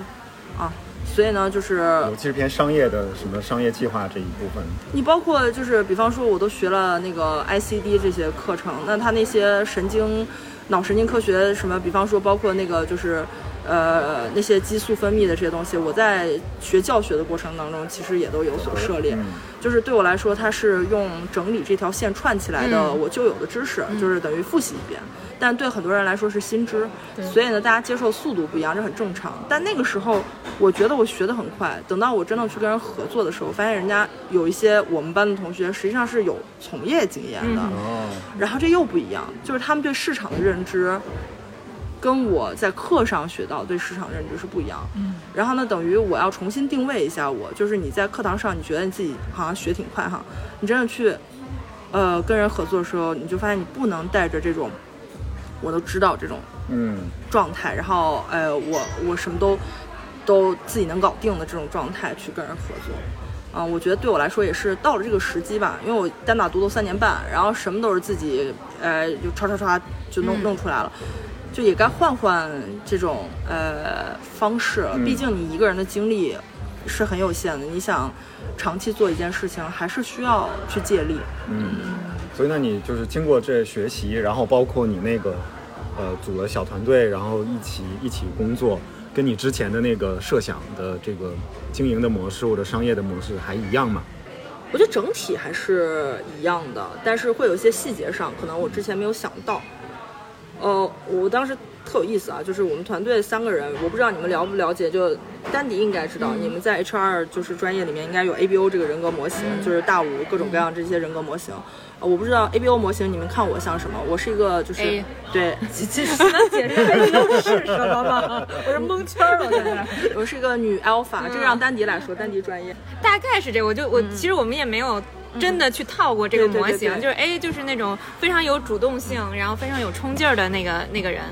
啊，所以呢，就是
尤其是偏商业的什么商业计划这一部分，
你包括就是，比方说，我都学了那个 ICD 这些课程，那他那些神经、脑神经科学什么，比方说包括那个就是，呃那些激素分泌的这些东西，我在学教学的过程当中其实也都有所涉猎。就是对我来说，它是用整理这条线串起来的我就有的知识，就是等于复习一遍。但对很多人来说是新知，所以呢，大家接受速度不一样，这很正常。但那个时候，我觉得我学得很快。等到我真的去跟人合作的时候，发现人家有一些我们班的同学实际上是有从业经验的，然后这又不一样，就是他们对市场的认知。跟我在课上学到对市场认知是不一样，嗯，然后呢，等于我要重新定位一下我，就是你在课堂上你觉得你自己好像学挺快哈，你真的去，呃，跟人合作的时候，你就发现你不能带着这种我都知道这种
嗯，
状态，然后呃，我我什么都都自己能搞定的这种状态去跟人合作。啊、我觉得对我来说也是到了这个时机吧，因为我单打独斗三年半，然后什么都是自己，呃，就唰唰唰就弄、弄出来了，就也该换换这种呃方式了。毕竟你一个人的精力是很有限的，你想长期做一件事情，还是需要去借力。
所以那你就是经过这学习，然后包括你那个呃组了小团队，然后一起一起工作，跟你之前的那个设想的这个经营的模式或者商业的模式还一样吗？
我觉得整体还是一样的，但是会有一些细节上，可能我之前没有想到。呃，我当时特有意思啊，就是我们团队三个人，我不知道你们了不了解，就丹迪应该知道，你们在 HR 就是专业里面应该有 ABO 这个人格模型，就是大五各种各样这些人格模型。呃我不知道 ABO 模型，你们看我像什么？我是一个就是
A
对，
能解释为优是什么吗？我是蒙圈了，现在。
我是一个女 alpha，、这个让丹迪来说，丹迪专业。
大概是这个，我就我、其实我们也没有真的去套过这个
嗯对对
模
对
型，
对嗯
就是 A 就是那种非常有主动性，然后非常有冲劲儿的那个那个人。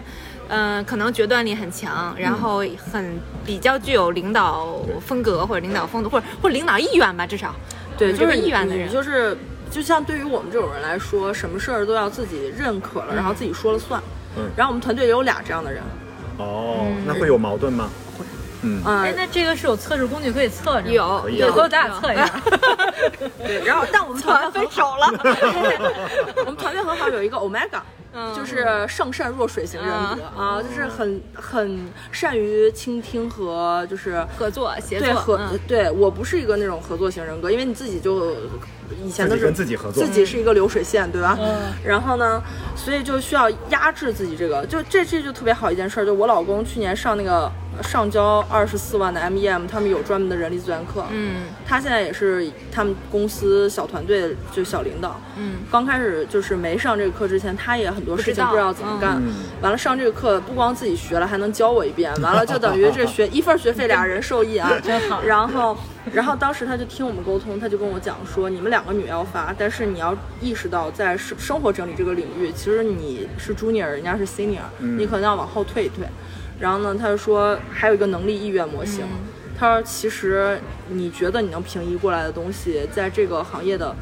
嗯、可能决断力很强，然后
嗯
很比较具有领导风格或者领导风度，或者或者领导意愿吧，至少
对，
有
就
这
是
个意愿的
你
人
就是就像对于我们这种人来说，什么事儿都要自己认可了，然后自己说了算。
嗯
然后我们团队也有俩这样的人，
哦，那会有矛盾吗？嗯，
哎，
嗯，
那这个是有测试工具可以测着吗。
有
可以
对，
啊
回头咱俩测一下。
对，然后但我们团队
分
很好，
手了，
我们团队很好，有一个 Omega。
嗯
就是上善若水型人格啊，就是很很善于倾听和就是
合作协
对
作，
合
嗯、
对我不是一个那种合作型人格，因为你自己就以前都
自己
是
跟自己合作
自己是一个流水线，对吧？
嗯
然后呢，所以就需要压制自己这个，就这这就特别好一件事儿，就我老公去年上那个上交二十四万的 MEM，他们有专门的人力资源课，
嗯，
他现在也是他们公司小团队就小领导，
嗯，
刚开始就是没上这个课之前，他也很多事情
不
不
知
知道
道
怎么干，
嗯
完了上这个课不光自己学了，还能教我一遍，完了就等于这学一份学费俩人受益啊，
真好
然后，然后当时他就听我们沟通，他就跟我讲说，你们两个女要发，但是你要意识到在生生活整理这个领域，其实你是 junior，人家是 senior，、你可能要往后退一退。然后呢，他就说还有一个能力意愿模型。他说：“其实你觉得你能平移过来的东西，在这个行业的，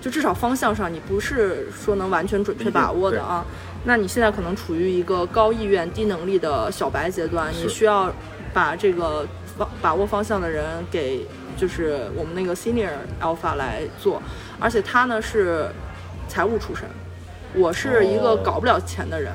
就至少方向上，你不是说能完全准确把握的啊。那你现在可能处于一个高意愿、低能力的小白阶段，
是
你需要把这个方把握方向的人给，就是我们那个 senior alpha 来做。而且他呢是财务出身，我是一个
哦
搞不了钱的人。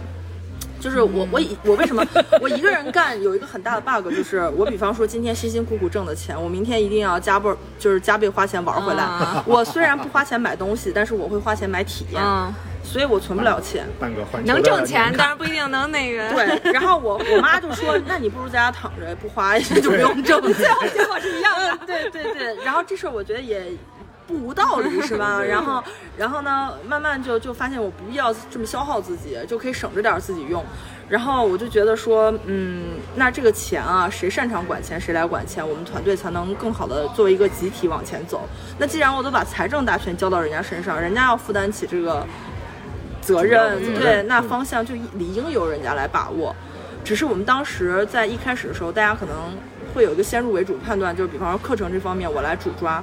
就是我我以我为什么我一个人干有一个很大的 bug，就是我比方说今天辛辛苦苦挣的钱，我明天一定要加倍儿就是加倍花钱玩回来
啊。
我虽然不花钱买东西，但是我会花钱买体验，
嗯，
所以我存不了钱。
办个环球的
能挣钱，
年卡
但是不一定能那个。
对，然后我我妈就说，那你不如在家躺着不花，就不用挣。最后结果是一样的。对对对，然后这事儿我觉得也。不无道理是吧？然后，然后呢，慢慢就就发现我不必要这么消耗自己，就可以省着点儿自己用。然后我就觉得说，嗯，那这个钱啊，谁擅长管钱，谁来管钱，我们团队才能更好的作为一个集体往前走。那既然我都把财政大权交到人家身上，人家要负担起这个责任，
主要的责
对，
任
那方向就理应由人家来把握。只是我们当时在一开始的时候，大家可能会有一个先入为主判断，就是比方说课程这方面我来主抓，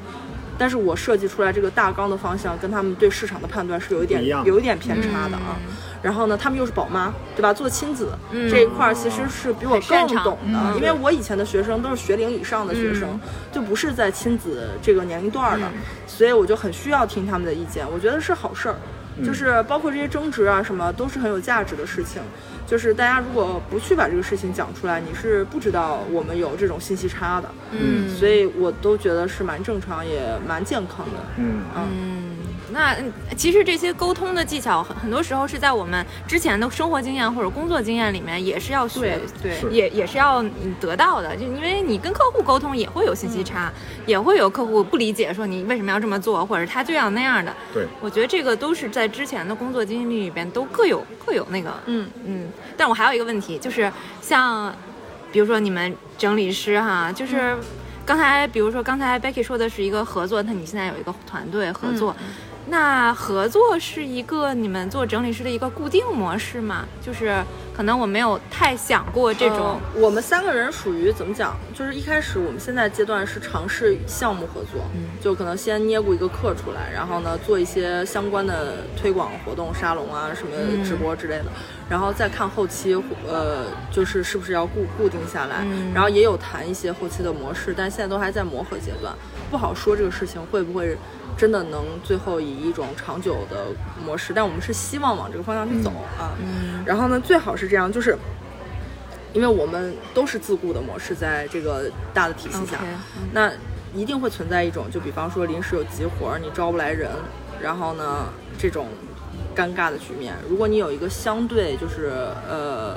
但是我设计出来这个大纲的方向跟他们对市场的判断是有一点
不一样
有一点偏差的
嗯
啊。然后呢，他们又是宝妈，对吧？做亲子、这一块儿其实是比我更
擅长
懂
嗯
的，因为我以前的学生都是学龄以上的学生，就不是
嗯
在亲子这个年龄段儿的，所以我就很需要听他们的意见，我觉得是好事儿。
嗯
就是包括这些争执啊什么，都是很有价值的事情。就是大家如果不去把这个事情讲出来，你是不知道我们有这种信息差的。
嗯
所以我都觉得是蛮正常，也蛮健康的。
嗯，
嗯，那嗯其实这些沟通的技巧，很很多时候是在我们之前的生活经验或者工作经验里面也是要学，
对
是
也也是要嗯得到的。就因为你跟客户沟通也会有信息
嗯
差，也会有客户不理解，说你为什么要这么做，或者他就要那样的。
对，
我觉得这个都是在之前的工作经历里边都各有各有那个，
嗯
嗯。但我还有一个问题，就是像比如说你们整理师哈，就是刚才比如说刚才 Becky 说的是一个合作，那你现在有一个团队合作。那合作是一个你们做整理师的一个固定模式吗？就是可能我没有太想过这种，
嗯我们三个人属于怎么讲？就是一开始我们现在阶段是尝试项目合作，
嗯
就可能先捏过一个课出来，然后呢做一些相关的推广活动、沙龙啊、什
嗯
么直播之类的，然后再看后期，呃，就是是不是要固固定下来，
嗯
然后也有谈一些后期的模式，但现在都还在磨合阶段，不好说这个事情会不会。真的能最后以一种长久的模式，但我们是希望往这个方向去走、啊。
嗯
然后呢，最好是这样，就是因为我们都是自雇的模式，在这个大的体系下
OK，嗯
那一定会存在一种，就比方说临时有急活儿，你招不来人，然后呢这种尴尬的局面。如果你有一个相对就是呃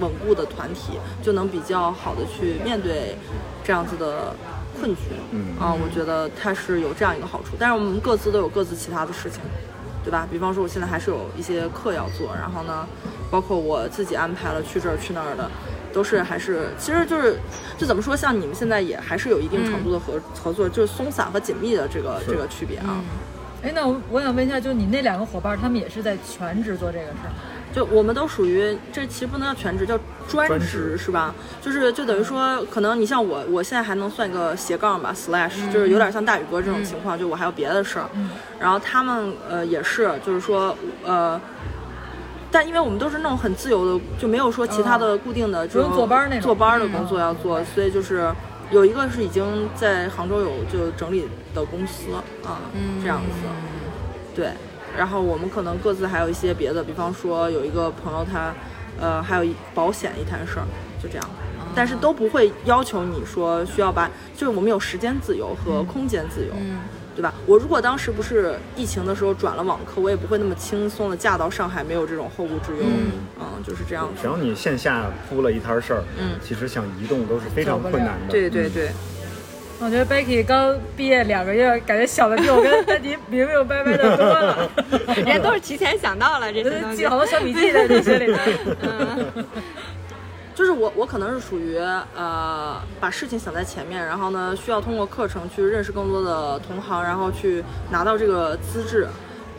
稳固的团体，就能比较好的去面对这样子的困局。
嗯
啊，我觉得它是有这样一个好处，但是我们各自都有各自其他的事情。对吧？比方说，我现在还是有一些课要做，然后呢，包括我自己安排了去这儿去那儿的，都是还是其实就是就怎么说，像你们现在也还是有一定程度的合、合作，就是松散和紧密的这个这个区别啊。
哎，那我我想问一下，就是你那两个伙伴，他们也是在全职做这个事儿吗？
就我们都属于这其实不能叫全职，叫专
专
职
职
是吧？就是就等于说，可能你像我，我现在还能算个斜杠吧，slash，就是
嗯
有点像大宇哥这种情况，就我还有别的事儿。然后他们呃也是，就是说呃。但因为我们都是那种很自由的，就没有说其他的固定的这种
哦不用坐班儿那种嗯
坐班儿的工作要做，所以就是有一个是已经在杭州有就整理的公司啊，
嗯
这样子。对，然后我们可能各自还有一些别的，比方说有一个朋友他，呃，还有一保险一摊事儿，就这样。但是都不会要求你说需要把，就是我们有时间自由和空间自由，对吧？我如果当时不是疫情的时候转了网课，我也不会那么轻松的嫁到上海，没有这种后顾之忧，嗯就是这样
只
子。
要你线下铺了一摊事儿，
嗯
其实想移动都是非常困难的。
对对对，
我觉得 Becky 刚毕业两个月，感觉想的比我跟丹迪明明白白的 多了，
人家都是提前想到了这些东
我都
西
记好。多小笔记在你心里 边。
就是我我可能是属于呃把事情想在前面，然后呢需要通过课程去认识更多的同行，然后去拿到这个资质，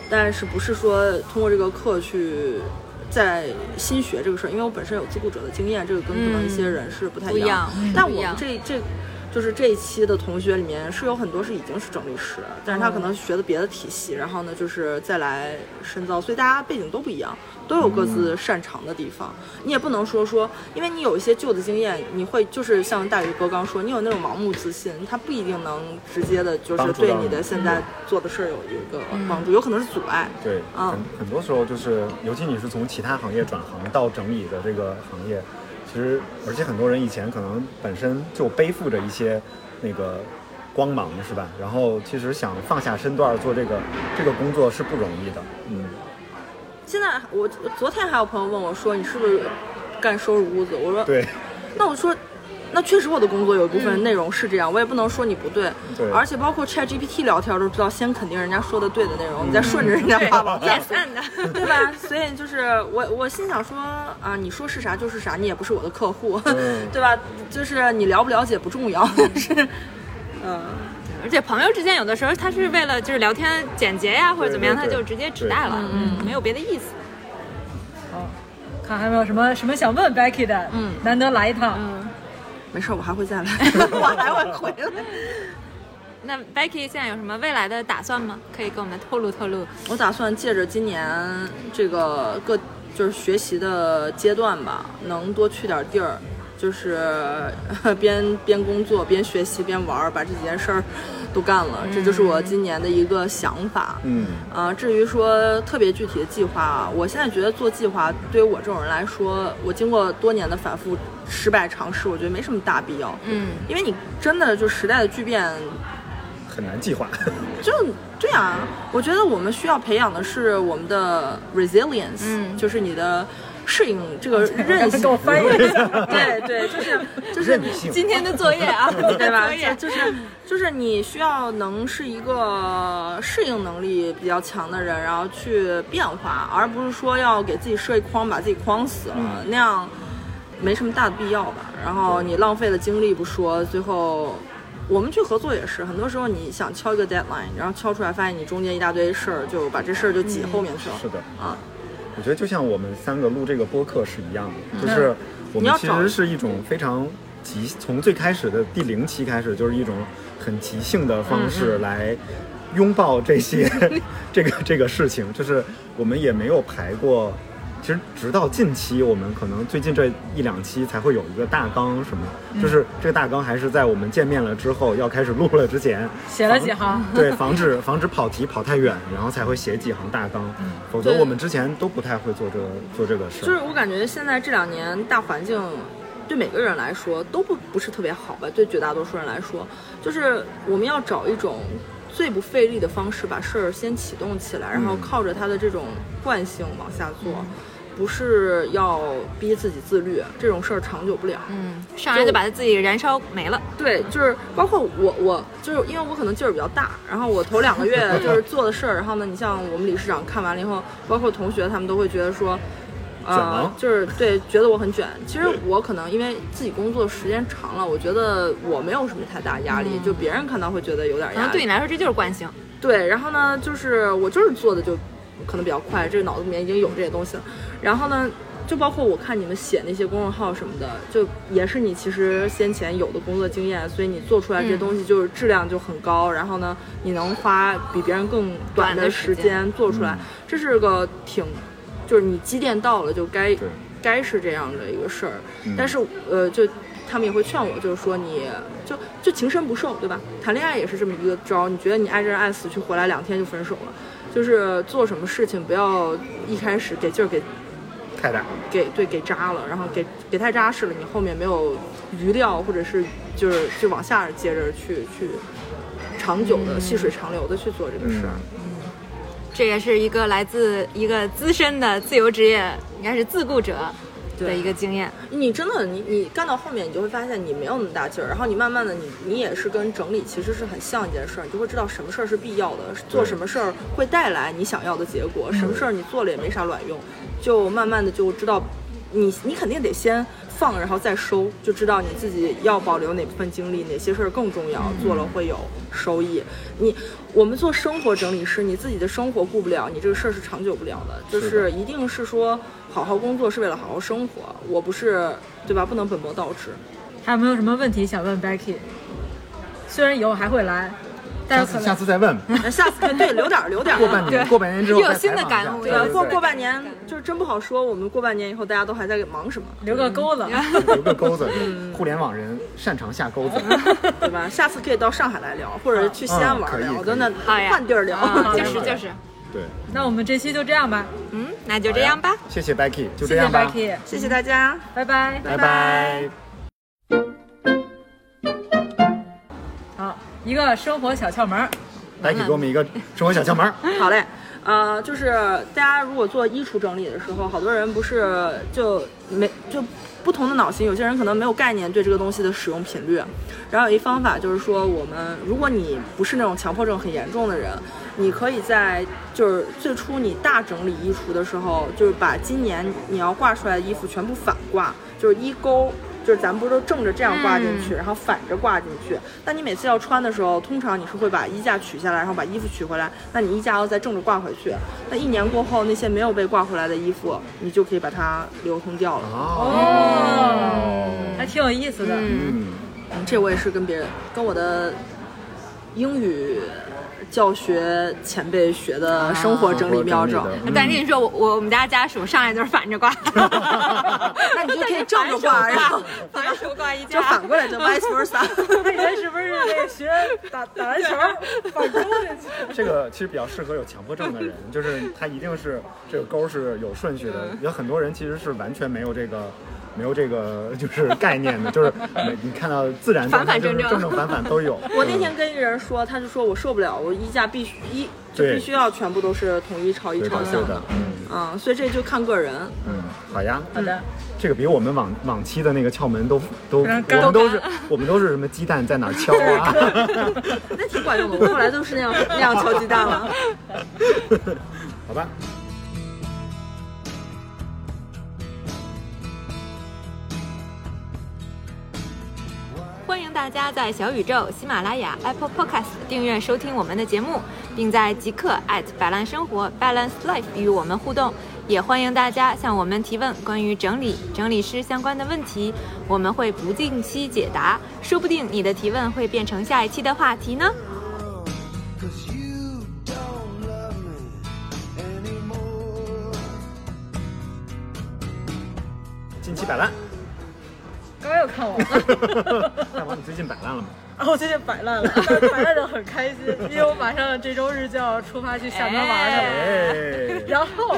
但是不是说通过这个课去。在新学这个事儿，因为我本身有自雇者的经验，这个跟可能一些人是不太
不一
样。
样嗯
但
不一
我们
样
这这就是这一期的同学里面是有很多是已经是整理师，但是他
嗯
可能学的别的体系，然后呢就是再来深造，所以大家背景都不一样，都有各
嗯
自擅长的地方。你也不能说说，因为你有一些旧的经验，你会就是像大宇哥刚说，你有那种盲目自信，他不一定能直接的就是
帮助到
对
你嗯
你的现在做的事儿有一个帮助，有可能是阻碍。
对，
嗯
很很多时候就是，尤其你是从其他行业转行到整理的这个行业，其实而且很多人以前可能本身就背负着一些那个光芒，是吧？然后其实想放下身段做这个这个工作是不容易的，嗯，
现在我我昨天还有朋友问我说，你是不是干收拾屋子？我说
对，
那我说，那确实我的工作有一部分内容是这样，我也不能说你不对。
对
而且包括 ChatGPT 聊天都知道，先肯定人家说的对的内容，你再顺着人家话往下
点赞的，
对吧？ 所以就是我我心想说啊，你说是啥就是啥，你也不是我的客户，
嗯
对吧？就是你了不了解不重要， 是。
而且朋友之间有的时候他是为了就是聊天简洁呀、或者怎么样，
对
他
对对
就直接指代了，嗯，没有别的意思。
好，看还有没有什么什么想问 Becky 的？嗯，难得来一趟。
没事，我还会再来， 我还会回来。
那 Becky 现在有什么未来的打算吗？可以给我们透露透露。
我打算借着今年这个各就是学习的阶段吧，能多去点地儿，就是 呃边边工作边学习边玩儿，把这几件事儿都干了，这就是我今年的一个想法。
嗯，
啊，至于说特别具体的计划啊，我现在觉得做计划对于我这种人来说，我经过多年的反复失败尝试，我觉得没什么大必要。
嗯，
因为你真的就时代的巨变，
很难计划。
就对啊，我觉得我们需要培养的是我们的 resilience，、
嗯
就是你的适应这个韧性。
给哦我翻译一下，
对对，就是就是
任性，
今天的作业啊，
对吧？
作
就
业
就是就是你需要能是一个适应能力比较强的人，然后去变化，而不是说要给自己设一框，把自己框死了，
嗯
那样没什么大的必要吧。然后你浪费了精力不说，最后。我们去合作也是，很多时候你想敲一个 deadline，然后敲出来发现你中间一大堆事儿，就把这事儿就挤后面去了。
嗯是的，
啊，
我觉得就像我们三个录这个播客是一样的，就是我
你
们
要
其
找
实是一种非常即，从最开始的第零期开始，就是一种很即兴的方式来拥抱这些这个这个事情，就是我们也没有排过。其实直到近期，我们可能最近这一两期才会有一个大纲什么，就是这个大纲还是在我们见面了之后要开始录了之前嗯
写了几行。
对，防止防止跑题跑太远，然后才会写几行大纲，否则
对
我们之前都不太会做这个做这个事儿。
就是我感觉现在这两年大环境对每个人来说都不不是特别好吧，对绝大多数人来说，就是我们要找一种最不费力的方式把事儿先启动起来，然后
嗯
靠着它的这种惯性往下做。不是要逼自己自律，这种事儿长久不了。
嗯，上来就把自己燃烧没了，
对，就是包括我，我就是因为我可能劲儿比较大，然后我头两个月 就是做的事儿，然后呢，你像我们理事长看完了以后，包括同学他们都会觉得说，
卷
呃
吗，
就是对，觉得我很卷。其实我可能因为自己工作时间长了，我觉得我没有什么太大压
嗯
力，就别人看到会觉得有
啊
点
可
压
能对
力
你。来说这就是惯性。
对，然后呢，就是我就是做的就可能比较快，这个脑子里面已经有这些东西了。然后呢，就包括我看你们写那些公众号什么的，就也是你其实先前有的工作经验，所以你做出来这些东西就是质量就很高。然后呢，你能花比别人更短
短的
时
时
间做出来，这是个挺，就是你积淀到了就该
对
该是这样的一个事儿。
嗯
但是呃，就他们也会劝我，就是说你就就情深不寿，对吧？谈恋爱也是这么一个招儿，你觉得你爱这人爱死去，回来两天就分手了。就是做什么事情不要一开始给劲儿给
太大了，
给对给扎了，然后给给太扎实了，你后面没有余料，或者是就是就往下接着去去长久的细水长流的去做这个
啊
事儿。
这也是一个来自一个资深的自由职业，应该是自雇者的
对
一个经 验。
你真的，你你干到后面，你就会发现你没有那么大劲儿，然后你慢慢的你，你也是跟整理其实是很像一件事儿，你就会知道什么事儿是必要的，做什么事儿会带来你想要的结果，什
嗯
么事儿你做了也没啥卵用，就慢慢的就知道你，你肯定得先放，然后再收，就知道你自己要保留哪部分精力，哪些事儿更重要，做
嗯
了会有收益。你我们做生活整理师，你自己的生活顾不了，你这个事儿是长久不了的，就是
的
是一定是说好好工作是为了好好生活，我不是对吧？不能本末倒置。
还有没有什么问题想问 Becky？虽然以后还会来，
下
但是可
次
能
下次再问，
那下次对留点儿留点儿啊。
过半年过半年之后
又有
再
新的
采访
感
一下
悟
对
又有
对
对
过
对
过半年就是真不好说，我们过半年以后大家都还在忙什么，
留个钩子。
留个钩子，互联网人擅长下钩子。
对吧？下次可以到上海来聊，或者去西安玩儿
嗯可以
聊，
可以
真的
好呀
换地儿聊。
啊，就
对对
是
对
就是，
对，
那我们这期就这样吧，
嗯，那就这样吧。
谢谢 Becky，就这
谢谢
样吧，
Becky，
谢谢大家。
拜拜。
拜
拜
拜。
好，一个生活小窍门儿，
Becky 给我们一个生活小窍门儿，
好嘞，呃，就是大家如果做衣橱整理的时候，好多人不是就没就不同的脑型，有些人可能没有概念对这个东西的使用频率。然后有一方法就是说，我们如果你不是那种强迫症很严重的人，你可以在就是最初你大整理衣橱的时候，就是把今年你要挂出来的衣服全部反挂，就是衣钩。就是咱们不是都正着这样挂进去，然后反着挂进去。那你每次要穿的时候，通常你是会把衣架取下来，然后把衣服取回来。那你衣架要再正着挂回去。那一年过后，那些没有被挂回来的衣服，你就可以把它流通掉
啊
了。
哦，
还挺有意思的。
嗯，
这我也是跟别人，跟我的英语教学前辈学的生活整理妙招。
生
呃
活整理的
但是跟你说，我我我们家家属上来就是反着挂，
嗯那你就可以正着挂，然后
反手挂衣
就
架，
反过来就 vice versa。
那人是不是那个学打打篮 球，把勾进去？
这个其实比较适合有强迫症的人，就是他一定是这个勾是有顺序的。有很多人其实是完全没有这个。没有这个就是概念的，就是每你看到自然
反反
就是
正正
正正反反都有。
我那天跟一人说，他就说我受不了，我衣架必须一就
对
必须要全部都是统一朝一
对
朝
的，
向
对的，嗯
嗯，所以这就看个人。
嗯，好呀，
好的，
这个比我们往往期的那个窍门都都，我
非常干
们都是我们都是什么鸡蛋在哪儿敲啊？
那挺管用的，我后来都是那样那样敲鸡蛋了。
好吧，
欢迎大家在小宇宙、喜马拉雅、Apple Podcast 订阅收听我们的节目，并在即刻 at 摆烂生活 Balance Life 与我们互动。也欢迎大家向我们提问关于整理、整理师相关的问题，我们会不定期解答，说不定你的提问会变成下一期的话题呢。
Cause you don't love me anymore.
近期摆烂，
刚刚又看我了，
大王你最近摆烂了吗？
然后我最近摆烂了，但是摆烂的很开心，因为我马上这周日就要出发去厦门玩去了。
哎，
然后，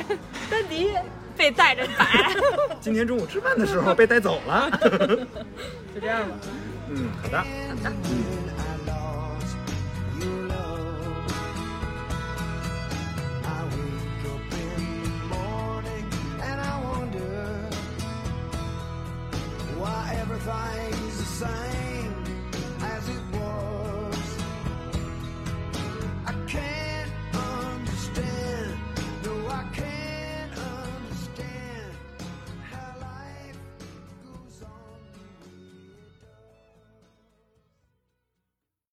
丹迪
被带着摆，
今天中午吃饭的时候被带走了。
就这样吧。
嗯，好的，
When I lost your love, I wake up in the morning and I wonder why everything's the same.